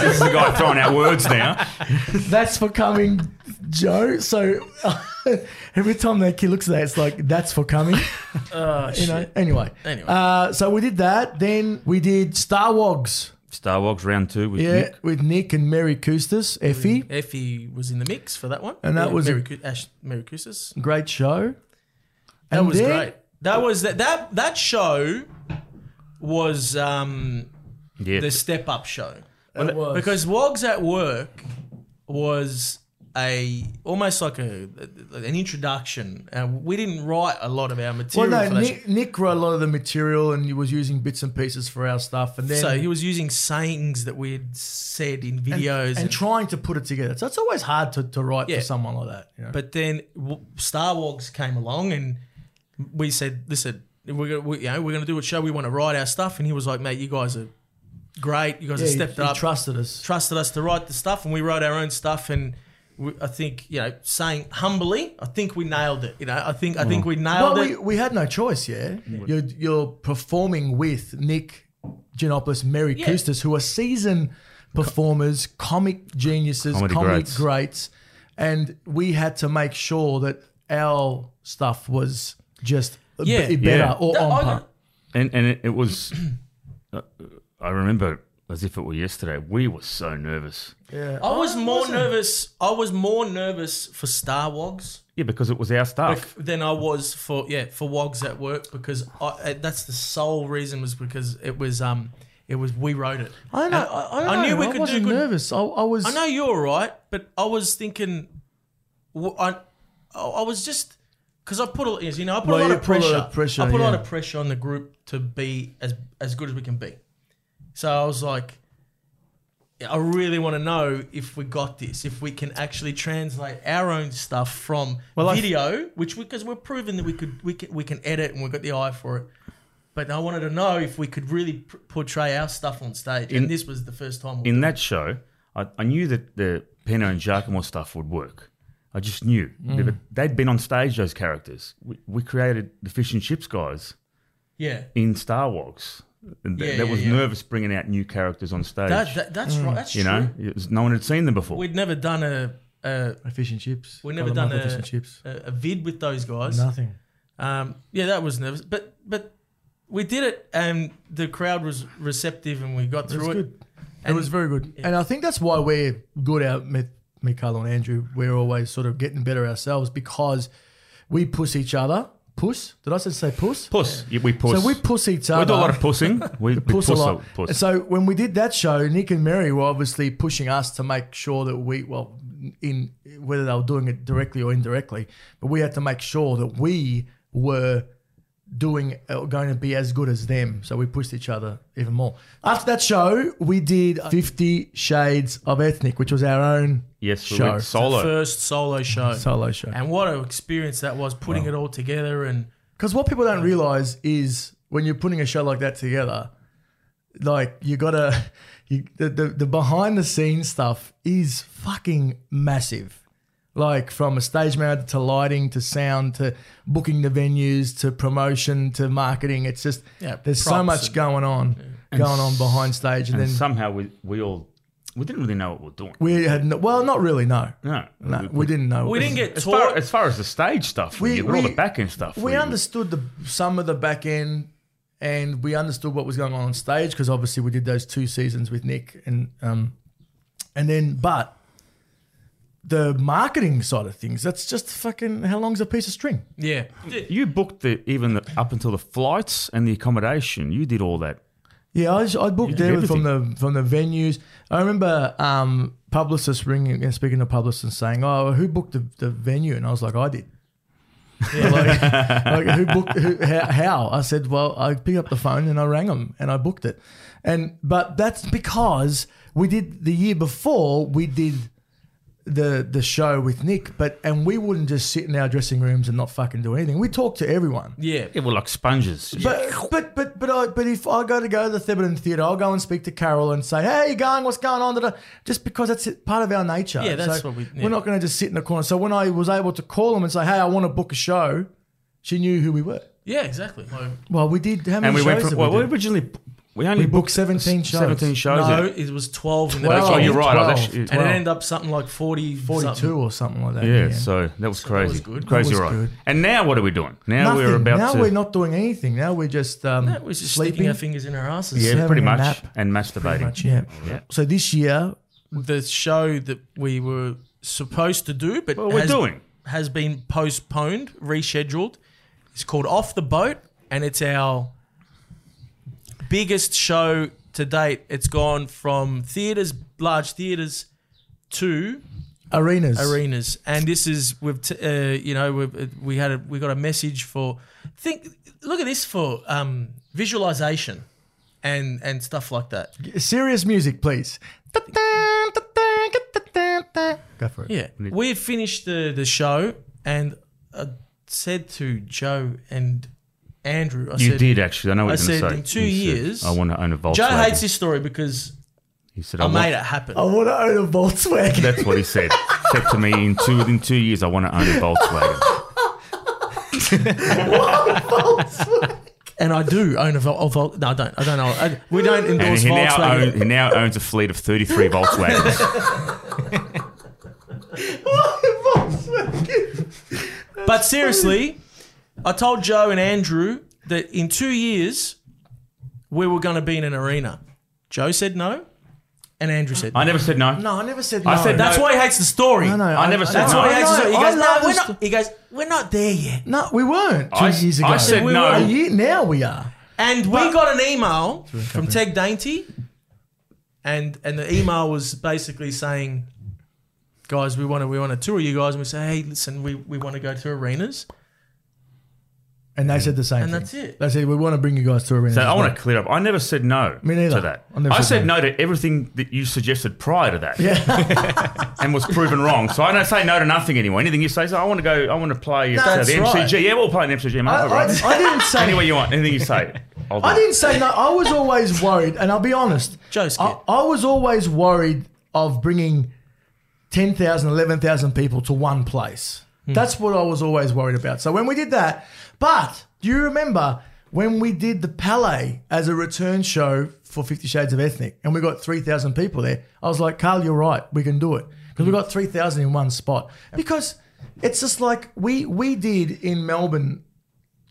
[SPEAKER 3] This is the guy throwing out words now.
[SPEAKER 1] That's for coming, Joe. So every time that kid looks at that, it's like, that's for coming.
[SPEAKER 2] Oh,
[SPEAKER 1] You
[SPEAKER 2] shit.
[SPEAKER 1] know. Anyway.
[SPEAKER 2] Anyway.
[SPEAKER 1] Uh, so we did that. Then we did Star Wogs.
[SPEAKER 3] Star Wars round two with
[SPEAKER 1] Yeah,
[SPEAKER 3] Nick.
[SPEAKER 1] with Nick and Mary Kustas, Effie.
[SPEAKER 2] Effie was in the mix for that one,
[SPEAKER 1] And that
[SPEAKER 2] Yeah,
[SPEAKER 1] was a-
[SPEAKER 2] Mary, Cou- Ash, Mary Cousis.
[SPEAKER 1] Great show.
[SPEAKER 2] That
[SPEAKER 1] And
[SPEAKER 2] was
[SPEAKER 1] then-
[SPEAKER 2] great. That was that that that show was um,
[SPEAKER 3] Yeah,
[SPEAKER 2] the step up show
[SPEAKER 1] It was.
[SPEAKER 2] because Wogs at Work was a almost like a an introduction. Uh, we didn't write a lot of our
[SPEAKER 1] well,
[SPEAKER 2] material.
[SPEAKER 1] no,
[SPEAKER 2] for that
[SPEAKER 1] Nick, Nick wrote a lot of the material and he was using bits and pieces for our stuff. And
[SPEAKER 2] show.
[SPEAKER 1] then
[SPEAKER 2] so he was using sayings that we'd said in
[SPEAKER 1] and,
[SPEAKER 2] videos
[SPEAKER 1] and trying to put it together. So it's always hard to, to write
[SPEAKER 2] Yeah.
[SPEAKER 1] for someone like that. You know?
[SPEAKER 2] But then w- Star Wars came along, and we said, "Listen, we're gonna, we, you know, we're going to do a show. We want to write our stuff." And he was like, "Mate, you guys are great. You guys
[SPEAKER 1] yeah, he-
[SPEAKER 2] have stepped
[SPEAKER 1] he
[SPEAKER 2] up,
[SPEAKER 1] trusted us.
[SPEAKER 2] trusted us to write the stuff, and we wrote our own stuff." And we, I think, you know, saying humbly, I think we nailed it. You know, I think, I think we nailed
[SPEAKER 1] Well,
[SPEAKER 2] it.
[SPEAKER 1] we, we had no choice, yeah.
[SPEAKER 2] Mm.
[SPEAKER 1] You're, you're performing with Nick Giannopoulos, Mary
[SPEAKER 2] Yeah.
[SPEAKER 1] Kustas, who are seasoned performers, comic geniuses,
[SPEAKER 3] Comedy
[SPEAKER 1] comic greats.
[SPEAKER 3] greats.
[SPEAKER 1] and we had to make sure that our stuff was just b-
[SPEAKER 2] Yeah.
[SPEAKER 1] better
[SPEAKER 3] Yeah.
[SPEAKER 1] or on par.
[SPEAKER 3] And and it, it was, uh, I remember as if it were yesterday. We were so nervous.
[SPEAKER 2] I was
[SPEAKER 1] Oh,
[SPEAKER 2] more nervous. I was more nervous for Star Wogs
[SPEAKER 3] Yeah, because it was our stuff.
[SPEAKER 2] than I was for yeah for Wogs at work because I, uh, that's the sole reason was because it was um it was we wrote it.
[SPEAKER 1] I don't know. I, I, don't
[SPEAKER 2] I knew
[SPEAKER 1] know.
[SPEAKER 2] we
[SPEAKER 1] I
[SPEAKER 2] could do
[SPEAKER 1] wasn't
[SPEAKER 2] good-
[SPEAKER 1] nervous. I, I was.
[SPEAKER 2] I know you're all right, but I was thinking, w- I I was just because I put a you know I put
[SPEAKER 1] Well,
[SPEAKER 2] a lot
[SPEAKER 1] you
[SPEAKER 2] of
[SPEAKER 1] put a lot
[SPEAKER 2] pressure.
[SPEAKER 1] of pressure,
[SPEAKER 2] I put a lot
[SPEAKER 1] yeah.
[SPEAKER 2] of pressure on the group to be as as good as we can be. So I was like, I really want to know if we got this, if we can actually translate our own stuff from video, which because we, are proving that we could we can we can edit and we've got the eye for it. But I wanted to know if we could really p- portray our stuff on stage, and this was the first time. we
[SPEAKER 3] in that show, I, I knew that the Pino and Giacomo stuff would work. I just knew. But They'd been on stage, those characters. We, we created the fish and chips guys
[SPEAKER 2] yeah,
[SPEAKER 3] in Star Wars. And th-
[SPEAKER 2] Yeah,
[SPEAKER 3] that
[SPEAKER 2] yeah,
[SPEAKER 3] was
[SPEAKER 2] yeah.
[SPEAKER 3] nervous bringing out new characters on stage.
[SPEAKER 2] That, that, that's
[SPEAKER 1] Mm.
[SPEAKER 2] right. That's
[SPEAKER 3] you
[SPEAKER 2] true.
[SPEAKER 3] know, It was- no one had seen them before.
[SPEAKER 2] We'd never done a a,
[SPEAKER 1] fish and chips.
[SPEAKER 2] We've never
[SPEAKER 1] God, I love
[SPEAKER 2] done
[SPEAKER 1] the
[SPEAKER 2] a-
[SPEAKER 1] fish and chips.
[SPEAKER 2] a, a vid with those guys.
[SPEAKER 1] Nothing.
[SPEAKER 2] Um, yeah, that was nervous, but but we did it, and the crowd was receptive, and we got
[SPEAKER 1] It
[SPEAKER 2] through
[SPEAKER 1] was
[SPEAKER 2] it.
[SPEAKER 1] good. It
[SPEAKER 2] And-
[SPEAKER 1] was very good. And I think that's why we're good at me, me, Carl and Andrew. We're always sort of getting better ourselves because we push each other. Puss? Did I just say puss?
[SPEAKER 3] puss. Yeah, we puss.
[SPEAKER 1] So we push each other.
[SPEAKER 3] We do a lot of pussing. We, we
[SPEAKER 1] push,
[SPEAKER 3] puss,
[SPEAKER 1] a lot.
[SPEAKER 3] Puss.
[SPEAKER 1] And So when we did that show, Nick and Mary were obviously pushing us to make sure that we, well, in whether they were doing it directly or indirectly, but we had to make sure that we were doing uh, going to be as good as them. So we pushed each other even more. After that show, we did Fifty Shades of Ethnic, which was our own
[SPEAKER 3] yes, we
[SPEAKER 1] show.
[SPEAKER 3] went solo.
[SPEAKER 2] First
[SPEAKER 1] Mm-hmm.
[SPEAKER 2] solo show.
[SPEAKER 1] solo show.
[SPEAKER 2] And what an experience that was, putting it all together. And
[SPEAKER 1] Because what people don't realize is when you're putting a show like that together, like you gotta, you, the, the the behind the scenes stuff is fucking massive. Like from a stage manager to lighting to sound to booking the venues to promotion to marketing, it's just
[SPEAKER 2] Yeah,
[SPEAKER 1] there's so
[SPEAKER 2] props
[SPEAKER 1] much
[SPEAKER 2] and-
[SPEAKER 1] going on, going on behind stage, and,
[SPEAKER 3] and
[SPEAKER 1] then
[SPEAKER 3] somehow we, we all, we didn't really know what we were doing.
[SPEAKER 1] we had no, well, not really, no,
[SPEAKER 3] no.
[SPEAKER 1] no, we, didn't know.
[SPEAKER 2] we didn't get
[SPEAKER 3] As far,
[SPEAKER 2] taught.
[SPEAKER 3] as far as the stage stuff, we,
[SPEAKER 1] We-
[SPEAKER 3] did, but all
[SPEAKER 1] we-
[SPEAKER 3] the back end stuff.
[SPEAKER 1] we understood the some of the back end and we understood what was going on on stage because obviously we did those two seasons with Nick and um and then but the marketing side of things that's just fucking how long's a piece of string
[SPEAKER 2] yeah.
[SPEAKER 3] You booked the even the, up until the flights and the accommodation. You did all that.
[SPEAKER 1] yeah I, just, I booked
[SPEAKER 3] did
[SPEAKER 1] there from the from the venues I remember um publicists ringing and speaking to publicists and saying oh who booked the, the venue and I was like I did like who booked who, how, how i said well i picked up the phone and i rang them and i booked it and but that's because we did the year before we did the the show with nick but and we wouldn't just sit in our dressing rooms and not fucking do anything we talked to everyone
[SPEAKER 2] Yeah.
[SPEAKER 3] It were like sponges.
[SPEAKER 1] but but but but I, but if I go to go to the Theberton Theatre, I'll go and speak to Carol and say, "Hey, going? What's going on?" Da-da. Just because that's it- part of our nature.
[SPEAKER 2] Yeah, that's
[SPEAKER 1] So
[SPEAKER 2] what we- yeah.
[SPEAKER 1] We're not going to just sit in the corner. So when I was able to call them and say, "Hey, I want to book a show," she knew who we were.
[SPEAKER 2] Yeah, exactly. Like,
[SPEAKER 1] Well, we did. How many
[SPEAKER 3] and we
[SPEAKER 1] shows
[SPEAKER 3] went
[SPEAKER 1] did
[SPEAKER 3] from. Well,
[SPEAKER 1] we
[SPEAKER 3] we
[SPEAKER 1] do?
[SPEAKER 3] originally we only
[SPEAKER 1] We booked
[SPEAKER 3] booked
[SPEAKER 1] 17 shows.
[SPEAKER 3] Seventeen shows.
[SPEAKER 2] no,
[SPEAKER 3] yeah.
[SPEAKER 2] it was 12 in the
[SPEAKER 1] Twelve.
[SPEAKER 3] That's
[SPEAKER 2] show.
[SPEAKER 3] right. Oh, You're right. I
[SPEAKER 1] 12,
[SPEAKER 3] was actually,
[SPEAKER 2] And it
[SPEAKER 1] Wow.
[SPEAKER 2] ended up something like 40,
[SPEAKER 1] 42
[SPEAKER 2] something.
[SPEAKER 1] or something like that.
[SPEAKER 3] yeah,
[SPEAKER 1] in the end.
[SPEAKER 3] So that was
[SPEAKER 2] that
[SPEAKER 3] crazy.
[SPEAKER 2] was good.
[SPEAKER 3] Crazy
[SPEAKER 1] That was
[SPEAKER 3] right.
[SPEAKER 1] good.
[SPEAKER 3] And now what are we doing? Now
[SPEAKER 1] Nothing.
[SPEAKER 3] we're about
[SPEAKER 1] now
[SPEAKER 3] to.
[SPEAKER 1] we're not doing anything. Now we're just um,
[SPEAKER 2] That was just sticking
[SPEAKER 1] sleeping.
[SPEAKER 2] our fingers in our asses.
[SPEAKER 3] yeah,
[SPEAKER 1] having
[SPEAKER 3] pretty
[SPEAKER 1] a
[SPEAKER 3] much
[SPEAKER 1] nap.
[SPEAKER 3] and masturbating.
[SPEAKER 1] yeah.
[SPEAKER 3] Yeah.
[SPEAKER 1] So this year,
[SPEAKER 2] the show that we were supposed to do, but
[SPEAKER 3] Well, we're
[SPEAKER 2] has,
[SPEAKER 3] doing.
[SPEAKER 2] has been postponed, rescheduled. It's called Off the Boat, and it's our biggest show to date. It's gone from theaters, large theaters, to
[SPEAKER 1] arenas.
[SPEAKER 2] arenas, and this is we've t- uh, you know we've, we had a, we got a message for think look at this for um, visualization and and stuff like that.
[SPEAKER 1] Serious music, please. Go for it.
[SPEAKER 2] Yeah, we had finished the the show, and I said to Joe and Andrew, I
[SPEAKER 3] You
[SPEAKER 2] said,
[SPEAKER 3] did actually. I know what
[SPEAKER 2] I
[SPEAKER 3] you're going to
[SPEAKER 2] said in two
[SPEAKER 3] say. You said,
[SPEAKER 2] years-
[SPEAKER 3] I want to own a Volkswagen.
[SPEAKER 2] Joe hates this story because
[SPEAKER 3] He said,
[SPEAKER 2] I
[SPEAKER 3] want-
[SPEAKER 2] made it happen.
[SPEAKER 1] I
[SPEAKER 3] Oh.
[SPEAKER 1] want to own a Volkswagen.
[SPEAKER 3] That's what he said. said to me in two within two years, I want to own a Volkswagen.
[SPEAKER 2] and I do own a Vol. a Vol- no, I don't. I don't know. I, we don't
[SPEAKER 3] And
[SPEAKER 2] endorse
[SPEAKER 3] he now,
[SPEAKER 2] Volkswagen.
[SPEAKER 3] own, he now owns a fleet of 33 Volkswagens.
[SPEAKER 2] But seriously, I told Joe and Andrew that in two years we were going to be in an arena. Joe said no, and Andrew said no.
[SPEAKER 3] I never said no.
[SPEAKER 1] No, I never said no.
[SPEAKER 3] I said
[SPEAKER 2] That's
[SPEAKER 3] no.
[SPEAKER 2] why he hates the story.
[SPEAKER 1] No, no,
[SPEAKER 3] I never said
[SPEAKER 2] That's
[SPEAKER 3] no.
[SPEAKER 2] why he hates
[SPEAKER 1] I
[SPEAKER 2] the
[SPEAKER 1] know,
[SPEAKER 2] story. He
[SPEAKER 1] I
[SPEAKER 2] goes, no,
[SPEAKER 1] love
[SPEAKER 2] we're
[SPEAKER 1] the
[SPEAKER 2] not, he goes, we're not there yet.
[SPEAKER 1] No, we weren't two
[SPEAKER 3] I-
[SPEAKER 1] years ago.
[SPEAKER 3] I said
[SPEAKER 1] We
[SPEAKER 3] no.
[SPEAKER 1] were- A year, now we are.
[SPEAKER 2] And we got an email from Tech Dainty, and and the email was basically saying, "Guys, we want to we want to tour you guys." And we say, "Hey, listen, we, we want to go to arenas."
[SPEAKER 1] And they said the same
[SPEAKER 2] And
[SPEAKER 1] thing.
[SPEAKER 2] that's it.
[SPEAKER 1] They said, we want to bring you guys to arena.
[SPEAKER 3] So I want to clear up. I never said no
[SPEAKER 1] Me neither.
[SPEAKER 3] to that.
[SPEAKER 1] I never
[SPEAKER 3] I
[SPEAKER 1] said
[SPEAKER 3] said no. to everything that you suggested prior to that. Yeah. and was proven wrong. So I don't say no to nothing anymore. Anything you say, so I want to go, I want to play at, uh,
[SPEAKER 1] That's
[SPEAKER 3] the
[SPEAKER 1] right.
[SPEAKER 3] MCG. Yeah, we'll play an MCG. Mate.
[SPEAKER 1] I,
[SPEAKER 3] All right.
[SPEAKER 1] I- I didn't say.
[SPEAKER 3] Any way you want. Anything you say. I'll do
[SPEAKER 1] I
[SPEAKER 3] it.
[SPEAKER 1] didn't say no. I was always worried, and I'll be honest.
[SPEAKER 2] Joe's
[SPEAKER 1] I,
[SPEAKER 2] kid.
[SPEAKER 1] I was always worried of bringing 10,000, 11,000 people to one place. That's what I was always worried about. So when we did that, but do you remember when we did the Palais as a return show for Fifty Shades of Ethnic and we got 3,000 people there? I was like, Carl, you're right. We can do it. Because we got 3,000 in one spot. Because it's just like we, we did in Melbourne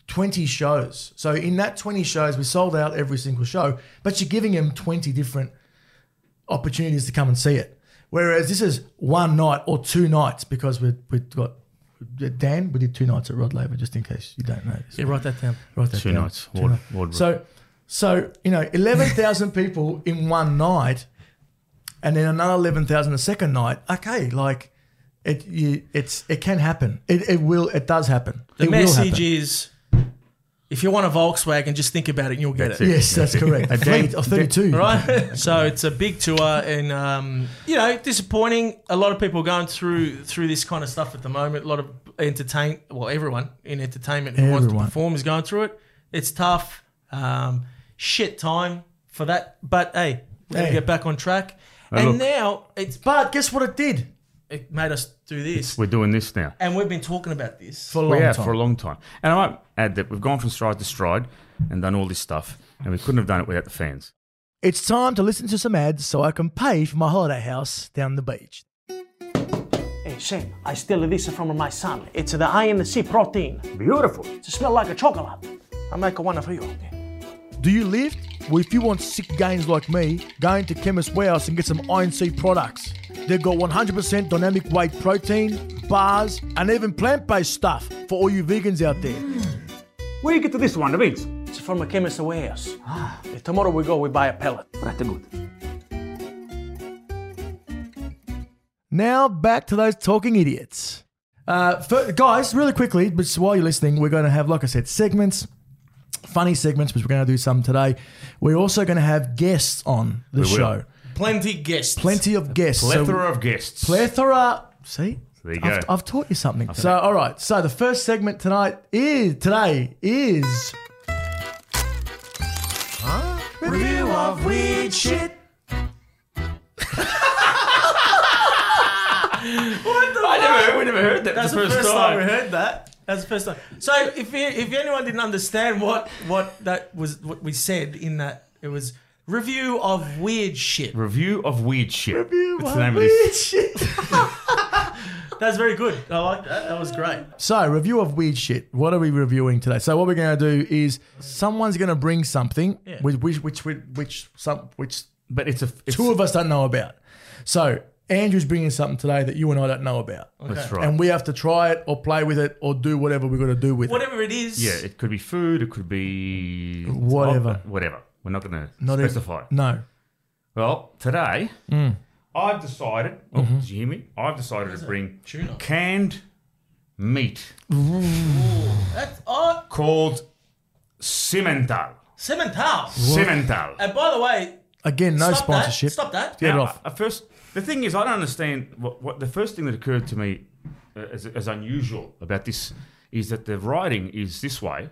[SPEAKER 1] 20 shows. So in that 20 shows, we sold out every single show, but you're giving them 20 different opportunities to come and see it. Whereas this is one night or two nights because we, we've got Dan, we did two nights at Rod Laver, just in case you don't know.
[SPEAKER 2] Yeah, write that down.
[SPEAKER 1] Write that
[SPEAKER 3] Two
[SPEAKER 1] down.
[SPEAKER 3] nights. Ward- Wardrobe.
[SPEAKER 1] So, so you know, eleven thousand people in one night, and then another eleven thousand the second night. Okay, like it, you, it's it can happen. It, it will. It does happen.
[SPEAKER 2] The
[SPEAKER 1] It will
[SPEAKER 2] message
[SPEAKER 1] happen.
[SPEAKER 2] is, if you want a Volkswagen, just think about it, and you'll get it.
[SPEAKER 1] Yes, that's correct. A fleet of 32.
[SPEAKER 2] right? so it's a big tour, and um, you know, disappointing. A lot of people going through through this kind of stuff at the moment. A lot of entertain, well, everyone in entertainment who wants
[SPEAKER 1] Everyone.
[SPEAKER 2] to perform is going through it. It's tough, um, shit time for that. But hey, we're
[SPEAKER 1] Hey.
[SPEAKER 2] gonna get back on track. and
[SPEAKER 3] look.
[SPEAKER 2] now it's
[SPEAKER 1] But guess what it did?
[SPEAKER 2] it made us do this,
[SPEAKER 3] We're doing this now.
[SPEAKER 2] and we've been talking about this.
[SPEAKER 1] For a long
[SPEAKER 3] we have
[SPEAKER 1] time.
[SPEAKER 3] for a long time. And I might add that we've gone from stride to stride and done all this stuff, and we couldn't have done it without the fans.
[SPEAKER 1] It's time to listen to some ads so I can pay for my holiday house down the beach.
[SPEAKER 7] Hey, Sam, I steal this from my son. It's the I and the C protein.
[SPEAKER 5] Beautiful.
[SPEAKER 7] It smells like a chocolate. I make one for you. okay?
[SPEAKER 1] Do you lift? Well, if you want sick gains like me, go into Chemist Warehouse and get some INC products. They've got 100% dynamic weight protein, bars, and even plant based stuff for all you vegans out there.
[SPEAKER 5] Where you get to this one, the beans?
[SPEAKER 7] It's from a chemist warehouse. If Tomorrow we go, we buy a pellet.
[SPEAKER 5] Right, good.
[SPEAKER 1] Now back to those talking idiots. Uh, fir- guys, really quickly, but while you're listening, we're going to have, like I said, segments, funny segments, which we're going to do some today. We're also going to have guests on the
[SPEAKER 3] will.
[SPEAKER 1] show.
[SPEAKER 2] Plenty guests.
[SPEAKER 1] Plenty of guests. So-
[SPEAKER 3] Plethora of guests.
[SPEAKER 1] plethora. See,
[SPEAKER 3] there you go.
[SPEAKER 1] I've, I've taught you something. So, all right. So the first segment tonight is today is review of weird shit.
[SPEAKER 3] I never heard, we never heard that.
[SPEAKER 2] That's the first, time. we heard that. That's the first time. So if you, if anyone didn't understand what what that was what we said in that it was review of weird shit.
[SPEAKER 3] Review of weird shit.
[SPEAKER 1] Review
[SPEAKER 3] What's
[SPEAKER 1] of
[SPEAKER 3] the name of
[SPEAKER 1] weird
[SPEAKER 3] this?
[SPEAKER 1] shit.
[SPEAKER 2] That's very good. I like that. That was great.
[SPEAKER 1] So review of weird shit. What are we reviewing today? So what we're going to do is someone's going to bring something
[SPEAKER 2] Yeah.
[SPEAKER 1] with which which which which some which
[SPEAKER 3] But it's a it's,
[SPEAKER 1] two of us don't know about. So Andrew's bringing something today that you and I don't know about.
[SPEAKER 3] That's right.
[SPEAKER 1] And we have to try it or play with it or do whatever we're going to do with it.
[SPEAKER 2] Whatever it is.
[SPEAKER 3] yeah, it could be food. It could be
[SPEAKER 1] Whatever.
[SPEAKER 3] whatever. We're not going to
[SPEAKER 1] Not even- Mm.
[SPEAKER 3] specify.
[SPEAKER 1] No.
[SPEAKER 3] Well, today I've decided. Oh,
[SPEAKER 1] Mm-hmm.
[SPEAKER 3] did you hear me? I've decided to bring
[SPEAKER 2] Tuna.
[SPEAKER 3] canned meat
[SPEAKER 2] That's oh
[SPEAKER 3] called cimental.
[SPEAKER 2] Simmental.
[SPEAKER 3] Cimental.
[SPEAKER 2] And by the way,
[SPEAKER 1] Again, no
[SPEAKER 2] stop
[SPEAKER 1] sponsorship.
[SPEAKER 2] That. Stop that.
[SPEAKER 1] Get it
[SPEAKER 3] Now,
[SPEAKER 1] off.
[SPEAKER 3] At first, the thing is, I don't understand what, what the first thing that occurred to me uh, as, as unusual about this is that the writing is this way,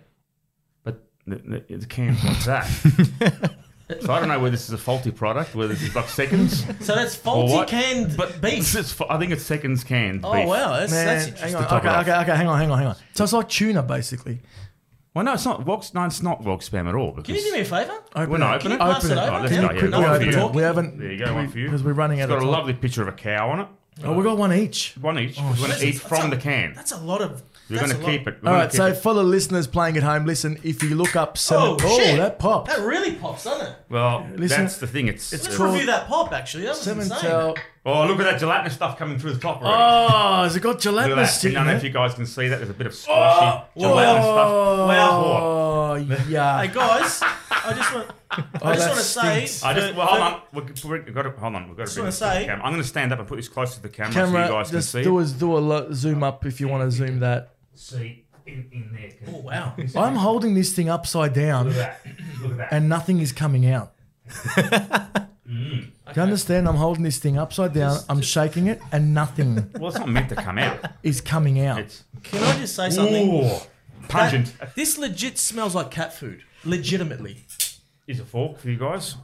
[SPEAKER 3] but the, the, the can's like that. so I don't know whether this is a faulty product, whether this is like seconds
[SPEAKER 2] So that's
[SPEAKER 3] or
[SPEAKER 2] faulty
[SPEAKER 3] what.
[SPEAKER 2] canned
[SPEAKER 3] but
[SPEAKER 2] beef.
[SPEAKER 3] It's, I think it's seconds canned
[SPEAKER 2] Oh
[SPEAKER 3] beef.
[SPEAKER 2] wow, that's, that's
[SPEAKER 1] Man,
[SPEAKER 2] interesting.
[SPEAKER 1] hang on.
[SPEAKER 3] top it
[SPEAKER 1] Okay,
[SPEAKER 3] off.
[SPEAKER 1] okay, okay, hang on, hang on, hang on. So it's like tuna, basically.
[SPEAKER 3] Well, no, it's not Vox. No, it's not Vox spam at all. Because
[SPEAKER 2] Can you do me a favour?
[SPEAKER 1] Open
[SPEAKER 3] Well, no, open
[SPEAKER 2] you
[SPEAKER 3] it.
[SPEAKER 2] pass
[SPEAKER 1] Open
[SPEAKER 2] it
[SPEAKER 1] it.
[SPEAKER 2] over?
[SPEAKER 3] Right, let's
[SPEAKER 2] Can
[SPEAKER 3] go,
[SPEAKER 2] you
[SPEAKER 3] yeah,
[SPEAKER 2] put
[SPEAKER 3] go
[SPEAKER 1] we
[SPEAKER 2] it
[SPEAKER 3] on
[SPEAKER 2] on
[SPEAKER 1] open
[SPEAKER 3] video.
[SPEAKER 1] it.
[SPEAKER 2] talk?
[SPEAKER 1] We haven't.
[SPEAKER 3] There you go, one for you.
[SPEAKER 1] Because we're running
[SPEAKER 3] It's
[SPEAKER 1] out
[SPEAKER 3] got
[SPEAKER 1] of
[SPEAKER 3] a
[SPEAKER 1] time.
[SPEAKER 3] lovely picture of a cow on it.
[SPEAKER 1] Oh, we got one each.
[SPEAKER 3] One each. We're going to eat
[SPEAKER 2] That's- Oh, that's
[SPEAKER 3] from
[SPEAKER 2] a-
[SPEAKER 3] the can.
[SPEAKER 2] That's a lot of.
[SPEAKER 3] We're
[SPEAKER 2] that's
[SPEAKER 3] going
[SPEAKER 2] a
[SPEAKER 3] to
[SPEAKER 2] lot.
[SPEAKER 3] keep it. We're
[SPEAKER 1] All
[SPEAKER 3] gonna
[SPEAKER 1] right,
[SPEAKER 3] keep
[SPEAKER 1] so
[SPEAKER 3] it.
[SPEAKER 1] for the listeners playing at home, listen, if you look up Seven
[SPEAKER 2] Oh,
[SPEAKER 1] oh,
[SPEAKER 2] shit.
[SPEAKER 1] that popped.
[SPEAKER 2] That really pops, doesn't it?
[SPEAKER 3] Well,
[SPEAKER 1] Listen,
[SPEAKER 3] that's the thing. It's,
[SPEAKER 2] Let's
[SPEAKER 1] It's called-
[SPEAKER 2] review that pop, actually. That was insane.
[SPEAKER 1] Cementel.
[SPEAKER 3] oh, look at that gelatinous stuff coming through the top. Already.
[SPEAKER 1] Oh, has it got
[SPEAKER 3] look at
[SPEAKER 1] gelatinous eh?
[SPEAKER 3] that. I
[SPEAKER 1] in
[SPEAKER 3] don't know if
[SPEAKER 1] it?
[SPEAKER 3] you guys can see that. There's a bit of squashy gelatinous stuff. Oh.
[SPEAKER 1] Oh,
[SPEAKER 2] Hey,
[SPEAKER 1] yeah. Oh,
[SPEAKER 2] guys, I just want, oh, I just
[SPEAKER 1] that
[SPEAKER 2] want to say.
[SPEAKER 3] I just well, hold
[SPEAKER 2] for-
[SPEAKER 3] on. We're, we've got to, hold on. We've got to bring
[SPEAKER 2] wanna
[SPEAKER 3] this to the
[SPEAKER 2] say-
[SPEAKER 3] camera. I'm going to stand up and put this close to the camera, so you
[SPEAKER 1] Camera,
[SPEAKER 3] guys can
[SPEAKER 1] just
[SPEAKER 3] see.
[SPEAKER 1] do a, do a lo- zoom up if you want to zoom that.
[SPEAKER 3] See in, in there. can-
[SPEAKER 2] Oh, wow.
[SPEAKER 1] I'm holding this thing upside down
[SPEAKER 3] Look at that. Look at that.
[SPEAKER 1] and nothing is coming out. Do you understand? I'm holding this thing upside down, I'm shaking it, and nothing
[SPEAKER 3] well, it's not meant to come out.
[SPEAKER 1] is coming out.
[SPEAKER 3] It's
[SPEAKER 2] Can I just say something?
[SPEAKER 3] ooh, pungent.
[SPEAKER 2] This legit smells like cat food. Legitimately.
[SPEAKER 3] Is a fork for you guys?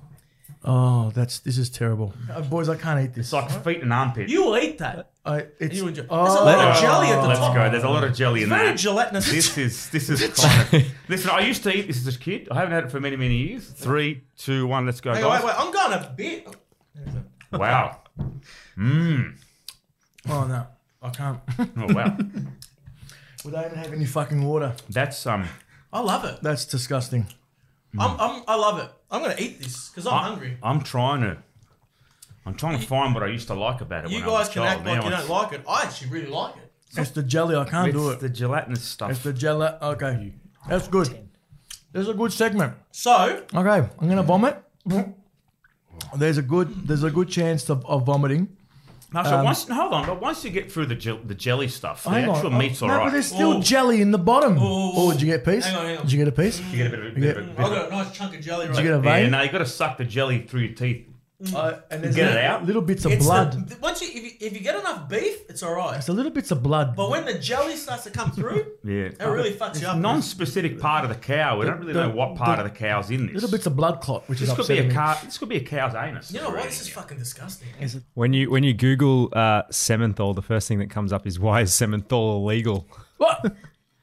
[SPEAKER 1] Oh, that's this is terrible. Uh, boys, I can't eat
[SPEAKER 3] It's
[SPEAKER 1] this.
[SPEAKER 3] like feet and armpit.
[SPEAKER 2] You will eat that.
[SPEAKER 1] I, it's,
[SPEAKER 2] You enjoy. There's a
[SPEAKER 1] oh,
[SPEAKER 2] lot of jelly at the
[SPEAKER 3] Let's
[SPEAKER 2] top.
[SPEAKER 3] go. There's a lot of jelly in
[SPEAKER 2] Very
[SPEAKER 3] there.
[SPEAKER 2] gelatinous.
[SPEAKER 3] This is this is chronic. Listen, I used to eat this as a kid. I haven't had it for many many years. Three, two, one. Let's go,
[SPEAKER 2] Hey,
[SPEAKER 3] guys.
[SPEAKER 2] wait, wait, I'm going a bit.
[SPEAKER 3] Wow.
[SPEAKER 1] oh no, I can't.
[SPEAKER 3] Oh wow.
[SPEAKER 1] We don't even have any fucking water.
[SPEAKER 3] That's um.
[SPEAKER 2] I love it.
[SPEAKER 1] That's disgusting.
[SPEAKER 2] I'm,
[SPEAKER 3] Hmm.
[SPEAKER 2] I'm, I love it. I'm going to eat this because I'm hungry.
[SPEAKER 3] I'm trying to. I'm trying to find what I used to like about it.
[SPEAKER 2] You
[SPEAKER 3] when I
[SPEAKER 2] guys
[SPEAKER 3] was a
[SPEAKER 2] can
[SPEAKER 3] child.
[SPEAKER 2] act like
[SPEAKER 3] Now
[SPEAKER 2] you
[SPEAKER 3] it's-
[SPEAKER 2] don't like it. I actually really like it.
[SPEAKER 1] It's the jelly. I can't do
[SPEAKER 3] It's
[SPEAKER 1] it.
[SPEAKER 3] the gelatinous stuff.
[SPEAKER 1] It's the jelly. Okay, that's good. This is a good segment.
[SPEAKER 2] So,
[SPEAKER 1] Okay, I'm gonna vomit. There's a good there's a good chance of, of vomiting.
[SPEAKER 3] Marshall, once, no, hold on, but once you get through the, gel, the jelly stuff, the
[SPEAKER 1] um, Hang on.
[SPEAKER 3] actual meat's
[SPEAKER 1] Oh,
[SPEAKER 3] all
[SPEAKER 1] no,
[SPEAKER 3] right.
[SPEAKER 1] but there's still
[SPEAKER 2] Ooh.
[SPEAKER 1] jelly in the bottom.
[SPEAKER 2] Ooh.
[SPEAKER 1] Oh, did you get a piece?
[SPEAKER 2] Hang on, hang on.
[SPEAKER 1] Did you get a piece?
[SPEAKER 3] You get a bit of,
[SPEAKER 1] Yeah.
[SPEAKER 3] bit of,
[SPEAKER 2] I've
[SPEAKER 3] bit of-
[SPEAKER 2] got a nice chunk of jelly right
[SPEAKER 1] Did you get a
[SPEAKER 3] yeah,
[SPEAKER 1] vein?
[SPEAKER 3] no, you got to suck the jelly through your teeth.
[SPEAKER 1] Uh, and there's
[SPEAKER 3] Get it
[SPEAKER 1] little-
[SPEAKER 3] out.
[SPEAKER 1] Little bits of
[SPEAKER 2] It's
[SPEAKER 1] blood.
[SPEAKER 2] The, once you if, you if you get enough beef, it's all right.
[SPEAKER 1] It's a little bits of blood.
[SPEAKER 2] But when the jelly starts to come through,
[SPEAKER 3] Yeah.
[SPEAKER 2] that really fucks you up.
[SPEAKER 3] Non-specific part of the cow. We don't really
[SPEAKER 1] the-
[SPEAKER 3] know what part
[SPEAKER 1] the-
[SPEAKER 3] of the cow's in this.
[SPEAKER 1] little bits of blood clot, which
[SPEAKER 3] This
[SPEAKER 1] is
[SPEAKER 3] could be
[SPEAKER 1] upsetting.
[SPEAKER 3] a
[SPEAKER 1] me.
[SPEAKER 3] cow. This could be a cow's anus.
[SPEAKER 2] you know what?
[SPEAKER 3] really.
[SPEAKER 2] This is fucking disgusting.
[SPEAKER 4] When you when you Google uh, Sementhol, the first thing that comes up is why is Sementhol illegal?
[SPEAKER 1] What?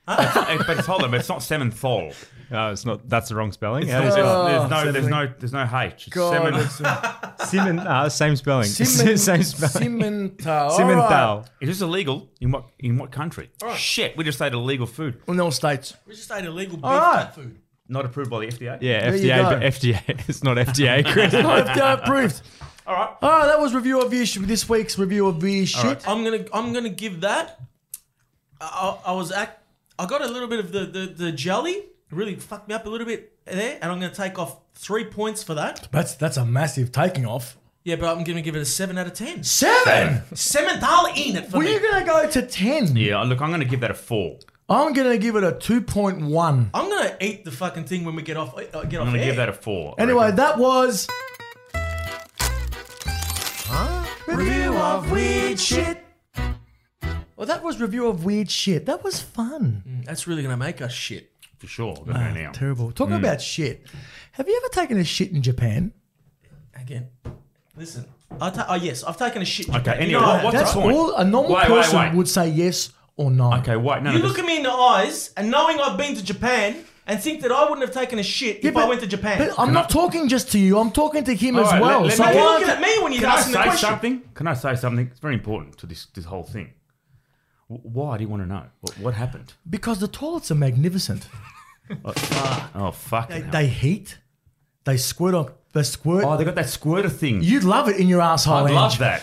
[SPEAKER 3] Eh, but it's hold on, but it's not sementhol.
[SPEAKER 4] No, Uh, it's not. That's the wrong spelling.
[SPEAKER 3] There's,
[SPEAKER 4] Yeah,
[SPEAKER 2] Oh,
[SPEAKER 3] there's no, there's no, there's no H. It's
[SPEAKER 1] God,
[SPEAKER 3] semen.
[SPEAKER 1] it's a-
[SPEAKER 4] Simen, uh, same spelling.
[SPEAKER 1] Simen-
[SPEAKER 4] same spelling.
[SPEAKER 1] Simmental. All right.
[SPEAKER 4] Simenthal.
[SPEAKER 3] It is illegal in what in what country? Shit, we just ate illegal food
[SPEAKER 1] In all states.
[SPEAKER 2] We just ate illegal beef
[SPEAKER 1] All right.
[SPEAKER 2] cat food.
[SPEAKER 3] not approved by the FDA.
[SPEAKER 4] Yeah,
[SPEAKER 1] you
[SPEAKER 4] FDA.
[SPEAKER 1] go.
[SPEAKER 4] But FDA. It's not FDA. Chris.
[SPEAKER 1] Oh, FDA approved.
[SPEAKER 3] All right.
[SPEAKER 1] All right, that was review of your sh- this week's review of your shit.
[SPEAKER 2] I'm gonna I'm gonna give that. I, I I was act. I got a little bit of the, the the jelly. It Really fucked me up a little bit there, and I'm gonna take off three points for that.
[SPEAKER 1] That's that's a massive taking off.
[SPEAKER 2] Yeah, but I'm gonna give it a seven out of ten.
[SPEAKER 1] Seven.
[SPEAKER 2] Semental in it for
[SPEAKER 1] Were
[SPEAKER 2] me.
[SPEAKER 1] you gonna go to ten?
[SPEAKER 3] Yeah, look, I'm going to give that a four.
[SPEAKER 1] I'm gonna give it a two point one.
[SPEAKER 2] I'm gonna eat the fucking thing when we get off. Uh, get
[SPEAKER 3] I'm
[SPEAKER 2] off
[SPEAKER 3] going to
[SPEAKER 2] air.
[SPEAKER 3] give that a four. I
[SPEAKER 1] Anyway,
[SPEAKER 3] reckon.
[SPEAKER 1] that was
[SPEAKER 2] review of weird shit.
[SPEAKER 1] well, that was review of weird shit. That was
[SPEAKER 3] Mm.
[SPEAKER 1] fun.
[SPEAKER 2] That's really gonna make us shit.
[SPEAKER 3] for sure. I'm going to go now.
[SPEAKER 1] Ah, Terrible. Talking
[SPEAKER 3] Mm.
[SPEAKER 1] about shit. Have you ever taken a shit in Japan?
[SPEAKER 2] Again, listen. I ta- oh yes, I've taken a shit. in
[SPEAKER 3] Okay,
[SPEAKER 2] Japan.
[SPEAKER 3] anyway,
[SPEAKER 2] what?
[SPEAKER 3] what's
[SPEAKER 1] That's
[SPEAKER 3] the point?
[SPEAKER 1] all a normal
[SPEAKER 3] Wait, wait,
[SPEAKER 1] person
[SPEAKER 3] wait.
[SPEAKER 1] would say yes or no.
[SPEAKER 3] Okay, wait, no,
[SPEAKER 2] You
[SPEAKER 3] no,
[SPEAKER 2] look
[SPEAKER 3] this-
[SPEAKER 2] at me in the eyes and knowing I've been to Japan and think that I wouldn't have taken a shit
[SPEAKER 1] Yeah,
[SPEAKER 2] if
[SPEAKER 1] but-
[SPEAKER 2] I went to Japan.
[SPEAKER 1] But I'm not talking just to you. I'm talking to him as
[SPEAKER 3] Alright,
[SPEAKER 1] well.
[SPEAKER 3] let- let
[SPEAKER 1] so
[SPEAKER 3] me-
[SPEAKER 2] You're
[SPEAKER 1] why-
[SPEAKER 2] looking at me when you're
[SPEAKER 3] Can I
[SPEAKER 2] asking the
[SPEAKER 3] say
[SPEAKER 2] question.
[SPEAKER 3] something? Can I say something? It's very important to this this whole thing. W- Why do you want to know what, what happened?
[SPEAKER 1] because the toilets are magnificent.
[SPEAKER 3] Oh fuck!
[SPEAKER 1] They, they heat. They squirt on. They squirt.
[SPEAKER 3] oh, they got that squirter thing.
[SPEAKER 1] You'd love it in your asshole.
[SPEAKER 3] I
[SPEAKER 1] Ange.
[SPEAKER 3] love that.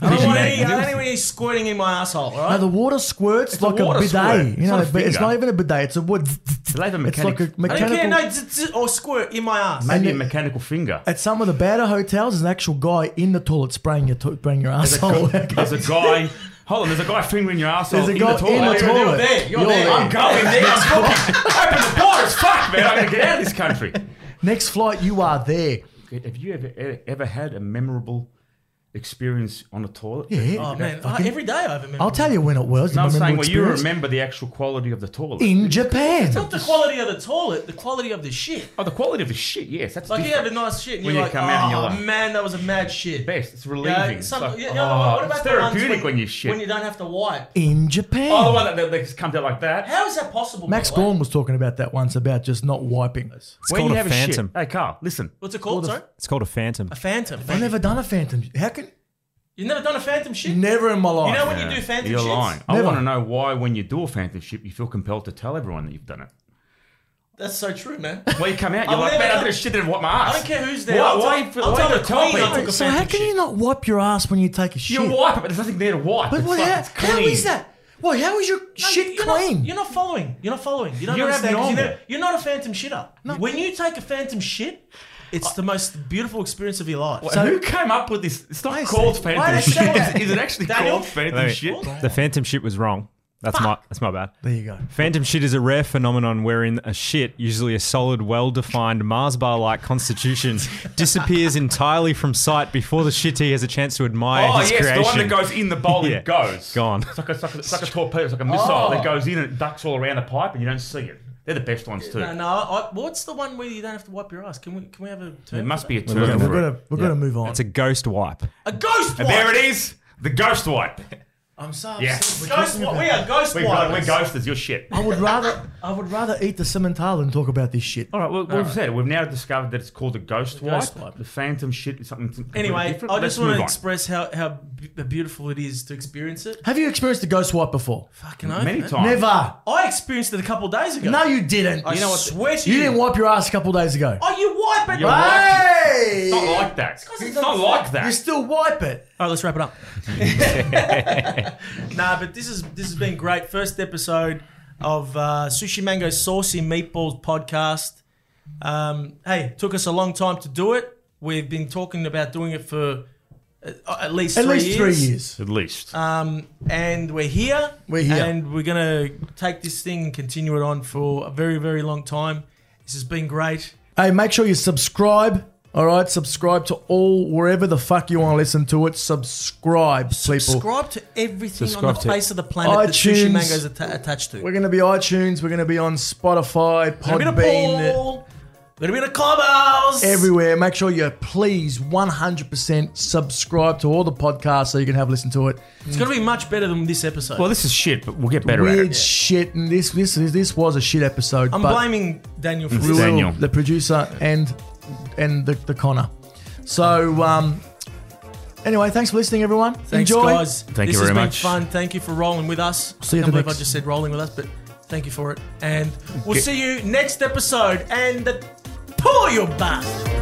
[SPEAKER 2] I don't want any, I don't want any uh, squirting in my asshole, all
[SPEAKER 1] No,
[SPEAKER 2] right?
[SPEAKER 1] the water squirts
[SPEAKER 3] a
[SPEAKER 1] like a,
[SPEAKER 3] water
[SPEAKER 1] bidet.
[SPEAKER 3] squirt.
[SPEAKER 1] You
[SPEAKER 3] It's
[SPEAKER 1] know,
[SPEAKER 3] not a
[SPEAKER 1] but it's
[SPEAKER 3] finger.
[SPEAKER 1] not even a bidet. It's a wood.
[SPEAKER 3] They have a
[SPEAKER 1] It's like
[SPEAKER 3] mechanic.
[SPEAKER 1] a
[SPEAKER 2] I don't
[SPEAKER 1] mechanical.
[SPEAKER 2] care, no, z- z- or squirt in my ass.
[SPEAKER 3] maybe a
[SPEAKER 1] and-
[SPEAKER 3] mechanical finger.
[SPEAKER 1] At some of the better hotels, there's an actual guy in the toilet spraying your to- spraying your asshole.
[SPEAKER 3] There's a guy. Hold on. There's a guy fingering your asshole
[SPEAKER 1] There's a
[SPEAKER 3] in
[SPEAKER 1] guy
[SPEAKER 3] the toilet.
[SPEAKER 1] in the
[SPEAKER 2] You're
[SPEAKER 1] toilet.
[SPEAKER 2] there, you're,
[SPEAKER 1] You're
[SPEAKER 2] there.
[SPEAKER 1] there.
[SPEAKER 2] I'm going there. I'm going.
[SPEAKER 3] Open the borders, fuck, man! I'm gonna get out of this country.
[SPEAKER 1] Next flight, you are there.
[SPEAKER 3] Have you ever e- ever had a memorable experience on a toilet?
[SPEAKER 1] Yeah.
[SPEAKER 2] Oh, man, I- every day I remember.
[SPEAKER 1] I'll tell you when it was.
[SPEAKER 3] No, I'm
[SPEAKER 1] the
[SPEAKER 3] saying,
[SPEAKER 1] memorable
[SPEAKER 3] well, you
[SPEAKER 1] experience.
[SPEAKER 3] remember the actual quality of the toilet.
[SPEAKER 1] in Japan.
[SPEAKER 2] Not the quality of the toilet, the quality of the shit.
[SPEAKER 3] Oh, the quality of the shit, yes. That's
[SPEAKER 2] Like you have
[SPEAKER 3] different.
[SPEAKER 2] a nice shit and
[SPEAKER 3] When
[SPEAKER 2] you're
[SPEAKER 3] you
[SPEAKER 2] like,
[SPEAKER 3] come out and
[SPEAKER 2] oh
[SPEAKER 3] you're like-
[SPEAKER 2] man, that was a mad shit.
[SPEAKER 3] best. It's relieving.
[SPEAKER 2] Yeah,
[SPEAKER 3] It's
[SPEAKER 2] some,
[SPEAKER 3] like,
[SPEAKER 2] yeah, no, no, what
[SPEAKER 3] oh,
[SPEAKER 2] about
[SPEAKER 3] it's
[SPEAKER 2] the ones
[SPEAKER 3] therapeutic when, you shit.
[SPEAKER 2] When you don't have to wipe.
[SPEAKER 1] In Japan.
[SPEAKER 3] oh, the one that, that, that just comes out like that.
[SPEAKER 2] How is that possible? by
[SPEAKER 1] Max
[SPEAKER 2] the way?
[SPEAKER 1] Gorn was talking about that once about just not wiping.
[SPEAKER 4] It's called a phantom.
[SPEAKER 3] shit. Hey, Carl, listen.
[SPEAKER 2] What's it called? Sorry,
[SPEAKER 4] It's called a phantom.
[SPEAKER 2] a phantom.
[SPEAKER 1] I've never done a phantom. How can
[SPEAKER 2] You've never done a phantom ship?
[SPEAKER 1] Never in my life.
[SPEAKER 2] You know when you do phantom
[SPEAKER 3] You're
[SPEAKER 2] ships?
[SPEAKER 3] lying. I
[SPEAKER 1] Never.
[SPEAKER 3] want to know why, when you do a phantom ship, you feel compelled to tell everyone that you've done it.
[SPEAKER 2] That's so true, man.
[SPEAKER 3] Well, you come out,
[SPEAKER 2] I've
[SPEAKER 3] you're like,
[SPEAKER 2] never
[SPEAKER 3] man, I
[SPEAKER 2] done-
[SPEAKER 3] did a shit that wipe my ass.
[SPEAKER 2] I don't care who's there.
[SPEAKER 3] Why,
[SPEAKER 2] I'll
[SPEAKER 3] why
[SPEAKER 2] tell-
[SPEAKER 3] you feel-
[SPEAKER 2] I'll
[SPEAKER 3] why
[SPEAKER 2] tell
[SPEAKER 3] you
[SPEAKER 2] the
[SPEAKER 3] tell
[SPEAKER 2] queen
[SPEAKER 3] people?
[SPEAKER 2] I took a
[SPEAKER 1] so how
[SPEAKER 2] phantom
[SPEAKER 1] can
[SPEAKER 2] shit.
[SPEAKER 1] you not wipe your ass when you take a shit?
[SPEAKER 3] You wipe it, but there's nothing there to wipe.
[SPEAKER 1] But
[SPEAKER 3] It's
[SPEAKER 1] what,
[SPEAKER 3] like-
[SPEAKER 1] how,
[SPEAKER 3] it's
[SPEAKER 1] how
[SPEAKER 3] clean.
[SPEAKER 1] is that? Well, how is your shit
[SPEAKER 2] you're
[SPEAKER 1] clean?
[SPEAKER 2] Not, you're not following. You're not following. You don't
[SPEAKER 3] You're
[SPEAKER 2] understand 'cause You're,
[SPEAKER 3] abnormal.
[SPEAKER 2] never- you're not a phantom shitter. When you take a phantom shit, it's the most beautiful experience of your life.
[SPEAKER 3] So who came up with this? It's not
[SPEAKER 1] I
[SPEAKER 3] called
[SPEAKER 1] see. Why
[SPEAKER 3] phantom
[SPEAKER 1] they say
[SPEAKER 3] shit. Is,
[SPEAKER 1] that?
[SPEAKER 3] is it actually
[SPEAKER 2] Daniel?
[SPEAKER 3] called phantom
[SPEAKER 4] Wait,
[SPEAKER 3] shit?
[SPEAKER 4] The phantom shit was wrong. That's my that's my bad.
[SPEAKER 1] there you go.
[SPEAKER 4] Phantom shit is a rare phenomenon wherein a shit, usually a solid, well defined Mars bar like constitution, disappears entirely from sight before the shitty has a chance to admire
[SPEAKER 3] Oh
[SPEAKER 4] his
[SPEAKER 3] yes,
[SPEAKER 4] creation.
[SPEAKER 3] the one that goes in the bowl
[SPEAKER 4] Yeah.
[SPEAKER 3] and goes.
[SPEAKER 4] Gone.
[SPEAKER 3] It's like a, it's like a, it's like a torpedo, it's like a missile
[SPEAKER 2] Oh.
[SPEAKER 3] that goes in and it ducks all around the pipe and you don't see it. They're the best ones too.
[SPEAKER 2] No, no. I, what's the one where you don't have to wipe your ass? Can we? Can we have a
[SPEAKER 3] There
[SPEAKER 2] turn?
[SPEAKER 3] must be a term
[SPEAKER 1] Okay,
[SPEAKER 3] for
[SPEAKER 1] we're
[SPEAKER 3] it.
[SPEAKER 1] gonna we're gonna move on.
[SPEAKER 4] It's a ghost wipe.
[SPEAKER 2] a ghost
[SPEAKER 3] And
[SPEAKER 2] wipe.
[SPEAKER 3] there it is, the ghost wipe.
[SPEAKER 1] I'm so
[SPEAKER 3] Yes.
[SPEAKER 1] upset. We're
[SPEAKER 2] Ghost
[SPEAKER 1] talking
[SPEAKER 2] wipe.
[SPEAKER 1] about-
[SPEAKER 2] We are ghost
[SPEAKER 3] We got, we're
[SPEAKER 2] wipers.
[SPEAKER 3] ghosters. You're shit.
[SPEAKER 1] I would rather I would rather eat the simmental than talk about this shit.
[SPEAKER 3] All right, well, we've said it. We've now discovered that it's called a ghost,
[SPEAKER 2] ghost
[SPEAKER 3] wipe.
[SPEAKER 2] wipe.
[SPEAKER 3] The phantom shit is something. completely
[SPEAKER 2] Anyway,
[SPEAKER 3] different.
[SPEAKER 2] I
[SPEAKER 3] Let's
[SPEAKER 2] just want
[SPEAKER 3] move
[SPEAKER 2] to
[SPEAKER 3] on.
[SPEAKER 2] express how how b- beautiful it is to experience it.
[SPEAKER 1] Have you experienced the ghost wipe before?
[SPEAKER 2] Fucking oath,
[SPEAKER 3] Many
[SPEAKER 2] man.
[SPEAKER 3] times.
[SPEAKER 1] Never.
[SPEAKER 2] I experienced it a couple days ago.
[SPEAKER 1] No, you didn't.
[SPEAKER 2] I
[SPEAKER 1] you know what?
[SPEAKER 2] swear to
[SPEAKER 1] You
[SPEAKER 2] you.
[SPEAKER 1] didn't wipe your ass a couple days ago.
[SPEAKER 2] Oh, you wipe it.
[SPEAKER 3] You
[SPEAKER 2] All
[SPEAKER 3] wipe it.
[SPEAKER 1] Hey!
[SPEAKER 3] It's not like that. It's not like
[SPEAKER 1] You
[SPEAKER 3] that.
[SPEAKER 1] still wipe it.
[SPEAKER 2] right, let's wrap it up. nah, but this is this has been great. First episode of uh, Sushi Mango Saucy Meatballs podcast. Um, hey, took us a long time to do it. We've been talking about doing it for uh, at least
[SPEAKER 1] At
[SPEAKER 2] three
[SPEAKER 1] least
[SPEAKER 2] years.
[SPEAKER 1] three years.
[SPEAKER 3] At least.
[SPEAKER 2] Um, and we're here.
[SPEAKER 1] We're here.
[SPEAKER 2] And we're going to take this thing and continue it on for a very, very long time. This has been great.
[SPEAKER 1] Hey, make sure you subscribe. All right, subscribe to all wherever the fuck you want to listen to it. Subscribe, people.
[SPEAKER 2] Subscribe to everything on
[SPEAKER 4] Subscribe
[SPEAKER 2] the
[SPEAKER 4] to
[SPEAKER 2] face of the planet that Sushi
[SPEAKER 1] iTunes.
[SPEAKER 2] Mango's atta- attached to.
[SPEAKER 1] We're gonna be iTunes. We're gonna be on Spotify,
[SPEAKER 2] We're gonna be in a
[SPEAKER 1] Podbean,
[SPEAKER 2] pool. We're gonna be in a clubhouse.
[SPEAKER 1] everywhere. Make sure you please 100% subscribe to all the podcasts so you can have a listen to it.
[SPEAKER 2] It's gonna be much better than this episode.
[SPEAKER 3] well, this is shit, but we'll get better at
[SPEAKER 1] Weird
[SPEAKER 3] it.
[SPEAKER 1] shit, and this this this was a shit episode.
[SPEAKER 2] I'm
[SPEAKER 1] but
[SPEAKER 2] blaming Daniel for
[SPEAKER 1] we will,
[SPEAKER 2] this.
[SPEAKER 3] Daniel.
[SPEAKER 1] the producer, and and the, the Connor. So um, anyway, thanks for listening, everyone.
[SPEAKER 2] Thanks,
[SPEAKER 1] Enjoy.
[SPEAKER 2] guys.
[SPEAKER 3] Thank
[SPEAKER 2] this
[SPEAKER 3] you
[SPEAKER 2] has
[SPEAKER 3] very
[SPEAKER 2] been
[SPEAKER 3] much.
[SPEAKER 2] fun. Thank you for rolling with us.
[SPEAKER 1] See you at
[SPEAKER 2] I
[SPEAKER 1] the
[SPEAKER 2] can't believe
[SPEAKER 1] next-
[SPEAKER 2] I just said rolling with us, but thank you for it. And we'll
[SPEAKER 3] Get-
[SPEAKER 2] see you next episode. And the pull your bastard.